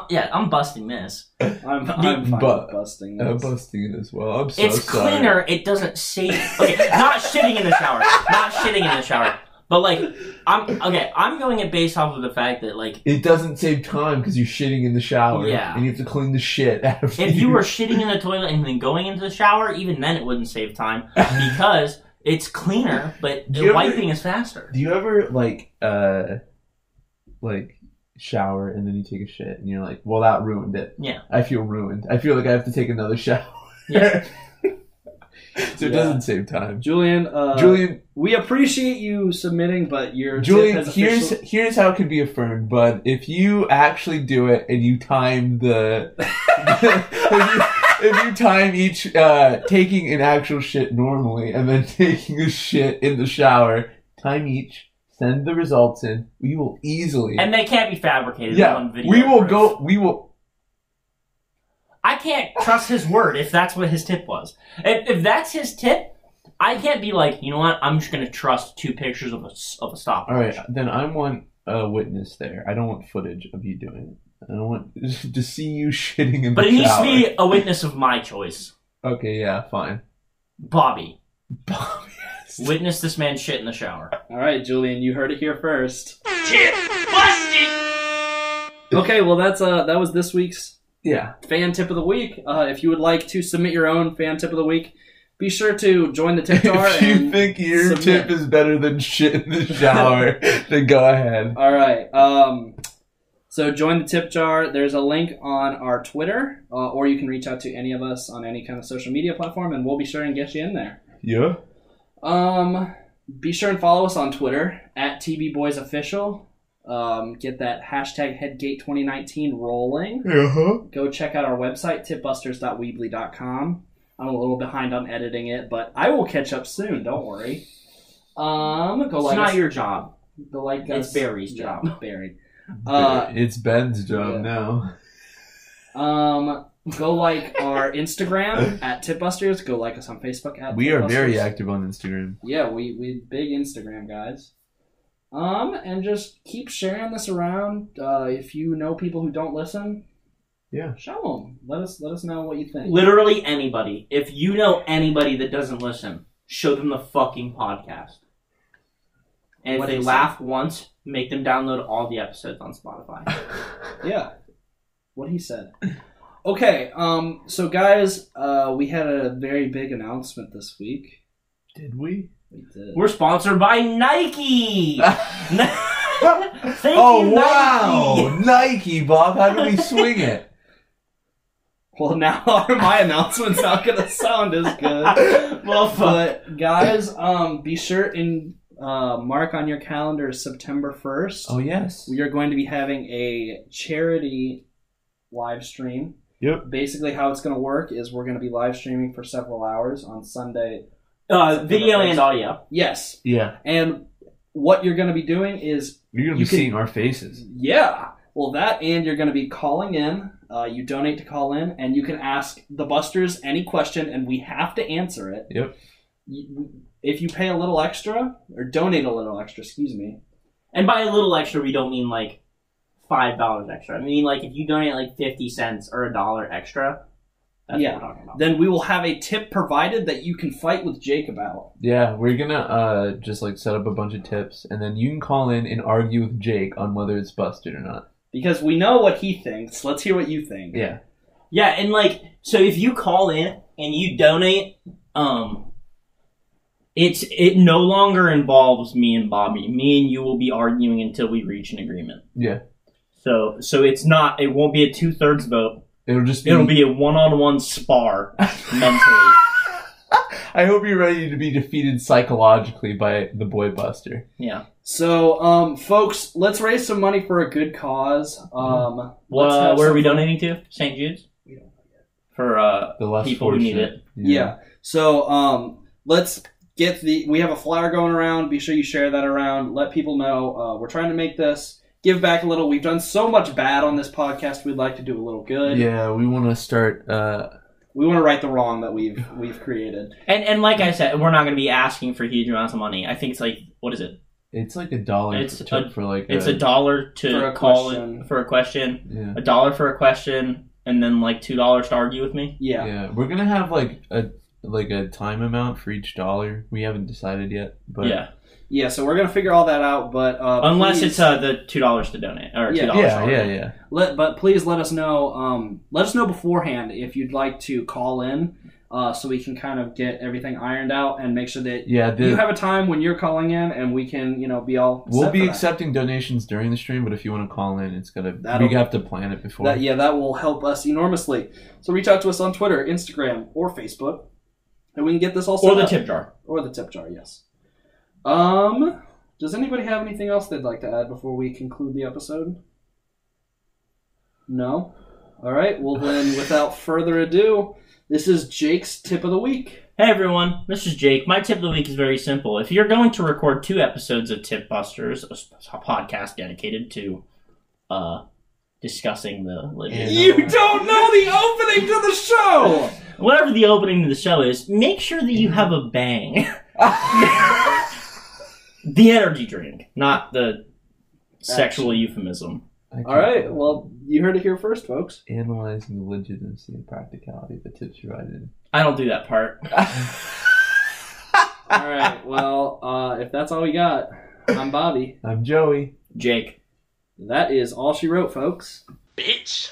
[SPEAKER 5] Uh, yeah, I'm busting this.
[SPEAKER 3] I'm, I'm fine
[SPEAKER 4] But-
[SPEAKER 3] with busting
[SPEAKER 4] I'm
[SPEAKER 3] this.
[SPEAKER 4] busting it as well. I'm so
[SPEAKER 5] it's
[SPEAKER 4] sorry.
[SPEAKER 5] cleaner. It doesn't save. Okay, not shitting in the shower. Not shitting in the shower. But like, I'm okay. I'm going it based off of the fact that like,
[SPEAKER 4] It doesn't save time because you're shitting in the shower.
[SPEAKER 5] Yeah.
[SPEAKER 4] and you have to clean the shit after.
[SPEAKER 5] if you were shitting in the toilet and then going into the shower, even then it wouldn't save time because it's cleaner, but
[SPEAKER 4] Do you ever-
[SPEAKER 5] wiping is faster.
[SPEAKER 4] Do you ever like uh like shower and then you take a shit and you're like, well that ruined it.
[SPEAKER 5] Yeah.
[SPEAKER 4] I feel ruined. I feel like I have to take another shower.
[SPEAKER 5] Yeah.
[SPEAKER 4] so it
[SPEAKER 3] Yeah.
[SPEAKER 4] doesn't save time.
[SPEAKER 3] Julian, uh,
[SPEAKER 4] Julian
[SPEAKER 3] we appreciate you submitting, but your
[SPEAKER 4] Julian
[SPEAKER 3] tip has
[SPEAKER 4] here's
[SPEAKER 3] official-
[SPEAKER 4] here's how it can be affirmed, but if you actually do it and you time the if, you, if you time each uh taking an actual shit normally and then taking a shit in the shower, time each, send the results in, we will easily
[SPEAKER 5] And they can't be fabricated
[SPEAKER 4] yeah,
[SPEAKER 5] on video.
[SPEAKER 4] we will
[SPEAKER 5] proof.
[SPEAKER 4] go. We will.
[SPEAKER 5] I can't trust his word if that's what his tip was. If, if that's his tip, I can't be like, you know what? I'm just gonna trust two pictures of a s- of a
[SPEAKER 4] All
[SPEAKER 5] stopwatch.
[SPEAKER 4] right, then I want a witness there. I don't want footage of you doing it. I don't want to see you shitting in
[SPEAKER 5] But
[SPEAKER 4] the
[SPEAKER 5] it needs
[SPEAKER 4] shower.
[SPEAKER 5] to be a witness of my choice,
[SPEAKER 4] Okay, yeah, fine.
[SPEAKER 5] Bobby. Witness this man shit in the shower.
[SPEAKER 3] All right, Julian, you heard it here first.
[SPEAKER 2] Tip busted!
[SPEAKER 3] Okay, well that's uh that was this week's
[SPEAKER 4] yeah,
[SPEAKER 3] fan tip of the week. Uh, if you would like to submit your own fan tip of the week, be sure to join the tip jar.
[SPEAKER 4] if you
[SPEAKER 3] and-
[SPEAKER 4] think your
[SPEAKER 3] submit.
[SPEAKER 4] tip is better than shit in the shower, then go ahead.
[SPEAKER 3] All right. Um, so join the tip jar. There's a link on our Twitter, uh, or you can reach out to any of us on any kind of social media platform, and we'll be sure and get you in there.
[SPEAKER 4] Yeah.
[SPEAKER 3] Um, be sure and follow us on Twitter at TBBoysOfficial. Um, get that hashtag Headgate2019 rolling.
[SPEAKER 4] Uh huh.
[SPEAKER 3] go check out our website tipbusters.weebly.com i'm a little behind on editing it but i will catch up soon don't worry um go
[SPEAKER 5] It's
[SPEAKER 3] like
[SPEAKER 5] not
[SPEAKER 3] us-
[SPEAKER 5] your job.
[SPEAKER 3] go like
[SPEAKER 5] it's
[SPEAKER 3] us-
[SPEAKER 5] Barry's
[SPEAKER 3] yeah,
[SPEAKER 5] job.
[SPEAKER 3] barry uh
[SPEAKER 4] it's Ben's job
[SPEAKER 3] yeah.
[SPEAKER 4] now.
[SPEAKER 3] um go like our instagram at tipbusters go like us on facebook at
[SPEAKER 4] We are
[SPEAKER 3] Tipbusters.
[SPEAKER 4] very active on Instagram.
[SPEAKER 3] yeah we we big instagram guys Um, and just keep sharing this around. Uh, if you know people who don't listen,
[SPEAKER 4] Yeah.
[SPEAKER 3] show them. Let us let us know what you think.
[SPEAKER 5] Literally anybody. If you know anybody that doesn't listen, show them the fucking podcast. And if
[SPEAKER 3] What
[SPEAKER 5] they
[SPEAKER 3] is it?
[SPEAKER 5] laugh once, make them download all the episodes on Spotify.
[SPEAKER 3] Yeah, what he said. Okay, um, so guys, uh, we had a very big announcement this week.
[SPEAKER 4] Did we?
[SPEAKER 3] We did.
[SPEAKER 5] We're sponsored by Nike. Thank
[SPEAKER 4] oh
[SPEAKER 5] you,
[SPEAKER 4] wow, Nike, Bob. How do we swing it?
[SPEAKER 3] well, now my announcement's not gonna sound as good.
[SPEAKER 5] Nike. Well, fuck.
[SPEAKER 3] But guys, um, be sure and uh, mark on your calendar September first.
[SPEAKER 4] Oh yes.
[SPEAKER 3] we are going to be having a charity live stream.
[SPEAKER 4] Yep.
[SPEAKER 3] Basically, how it's going to work is we're going to be live streaming for several hours on Sunday.
[SPEAKER 5] Uh, video and audio.
[SPEAKER 3] Yes.
[SPEAKER 4] Yeah.
[SPEAKER 3] And what you're going to be doing is,
[SPEAKER 4] You're gonna
[SPEAKER 3] You
[SPEAKER 4] be
[SPEAKER 3] can-
[SPEAKER 4] seeing our faces.
[SPEAKER 3] yeah, well, that and you're going to be calling in. Uh, you donate to call in, and you can ask the Busters any question, and we have to answer it.
[SPEAKER 4] Yep.
[SPEAKER 3] You- If you pay a little extra, or donate a little extra, excuse me.
[SPEAKER 5] And by a little extra, we don't mean like five dollars extra. I mean like if you donate like fifty cents or a dollar extra. That's
[SPEAKER 3] Yeah.
[SPEAKER 5] what we're talking about.
[SPEAKER 3] Then we will have a tip provided that you can fight with Jake about.
[SPEAKER 4] Yeah, we're gonna uh just like set up a bunch of tips, and then you can call in and argue with Jake on whether it's busted or not.
[SPEAKER 3] Because we know what he thinks. Let's hear what you think.
[SPEAKER 4] Yeah.
[SPEAKER 5] Yeah, and like so if you call in and you donate, um it's it no longer involves me and Bobby. Me and you will be arguing until we reach an agreement.
[SPEAKER 4] Yeah.
[SPEAKER 5] So so it's not it won't be a two thirds vote.
[SPEAKER 4] It'll just be,
[SPEAKER 5] It'll be a one on one spar mentally.
[SPEAKER 4] I hope you're ready to be defeated psychologically by the boy buster.
[SPEAKER 5] Yeah.
[SPEAKER 3] So, um, folks, let's raise some money for a good cause.
[SPEAKER 4] Mm-hmm.
[SPEAKER 3] Um,
[SPEAKER 5] What
[SPEAKER 3] let's
[SPEAKER 5] uh,
[SPEAKER 3] have
[SPEAKER 5] where are we
[SPEAKER 3] some fun.
[SPEAKER 5] donating to? St. Jude's?
[SPEAKER 3] We don't know
[SPEAKER 5] For uh
[SPEAKER 4] The less
[SPEAKER 5] People who need
[SPEAKER 4] fortunate.
[SPEAKER 3] Yeah. So, um, let's get the. We have a flyer going around. Be sure you share that around. Let people know uh, we're trying to make this. Give back a little. We've done so much bad on this podcast. We'd like to do a little good.
[SPEAKER 4] Yeah, we want to start. Uh,
[SPEAKER 3] We want to right the wrong that we've we've created.
[SPEAKER 5] and and like I said, we're not going to be asking for huge amounts of money. I think it's like what is it?
[SPEAKER 4] it's like a dollar
[SPEAKER 5] It's
[SPEAKER 4] for, tip
[SPEAKER 5] a-
[SPEAKER 4] for like
[SPEAKER 5] It's a dollar to
[SPEAKER 3] For a
[SPEAKER 5] call in
[SPEAKER 3] question.
[SPEAKER 5] for a question.
[SPEAKER 4] Yeah,
[SPEAKER 5] a dollar for a question and then like two dollars to argue with me.
[SPEAKER 4] yeah,
[SPEAKER 3] Yeah.
[SPEAKER 4] We're gonna have like a like a time amount for each dollar. We haven't decided yet, but
[SPEAKER 5] yeah,
[SPEAKER 3] Yeah. So we're gonna figure all that out. But uh,
[SPEAKER 5] unless
[SPEAKER 3] please-
[SPEAKER 5] it's uh, the two dollars to donate or
[SPEAKER 3] Yeah.
[SPEAKER 5] two dollars.
[SPEAKER 4] yeah, yeah, yeah.
[SPEAKER 3] Let, but please let us know. Um, let us know beforehand if you'd like to call in, uh, so we can kind of get everything ironed out and make sure that
[SPEAKER 4] Yeah, the-
[SPEAKER 3] you have a time when you're calling in, and we can, you know, be all.
[SPEAKER 4] we'll
[SPEAKER 3] set
[SPEAKER 4] be
[SPEAKER 3] for that.
[SPEAKER 4] accepting donations during the stream, but if you want to call in, it's gonna
[SPEAKER 3] That'll-
[SPEAKER 4] we have to plan it before.
[SPEAKER 3] That, yeah, that will help us enormously. So reach out to us on Twitter, Instagram, or Facebook, and we can get this all set
[SPEAKER 5] Or the
[SPEAKER 3] up.
[SPEAKER 5] tip jar.
[SPEAKER 3] or the tip jar. Yes. Um. Does anybody have anything else they'd like to add before we conclude the episode? No? All right, well, then, without further ado, this is Jake's tip of the week.
[SPEAKER 5] Hey everyone, this is Jake. My tip of the week is very simple. If you're going to record two episodes of Tip Busters, a s- a podcast dedicated to uh, discussing the
[SPEAKER 4] Yeah.
[SPEAKER 5] legit,
[SPEAKER 3] You don't know the opening to the show!
[SPEAKER 5] whatever the opening to the show is, make sure that you have a bang. the energy drink, not the sexual euphemism.
[SPEAKER 4] I can't-
[SPEAKER 3] All right, well, you heard it here first, folks.
[SPEAKER 4] analyzing the legitimacy and practicality of the tips provided.
[SPEAKER 5] I don't do that part.
[SPEAKER 3] All right, well, uh, if that's all we got, I'm Bobby.
[SPEAKER 4] I'm Joey.
[SPEAKER 5] Jake.
[SPEAKER 3] That is all she wrote, folks.
[SPEAKER 2] Bitch.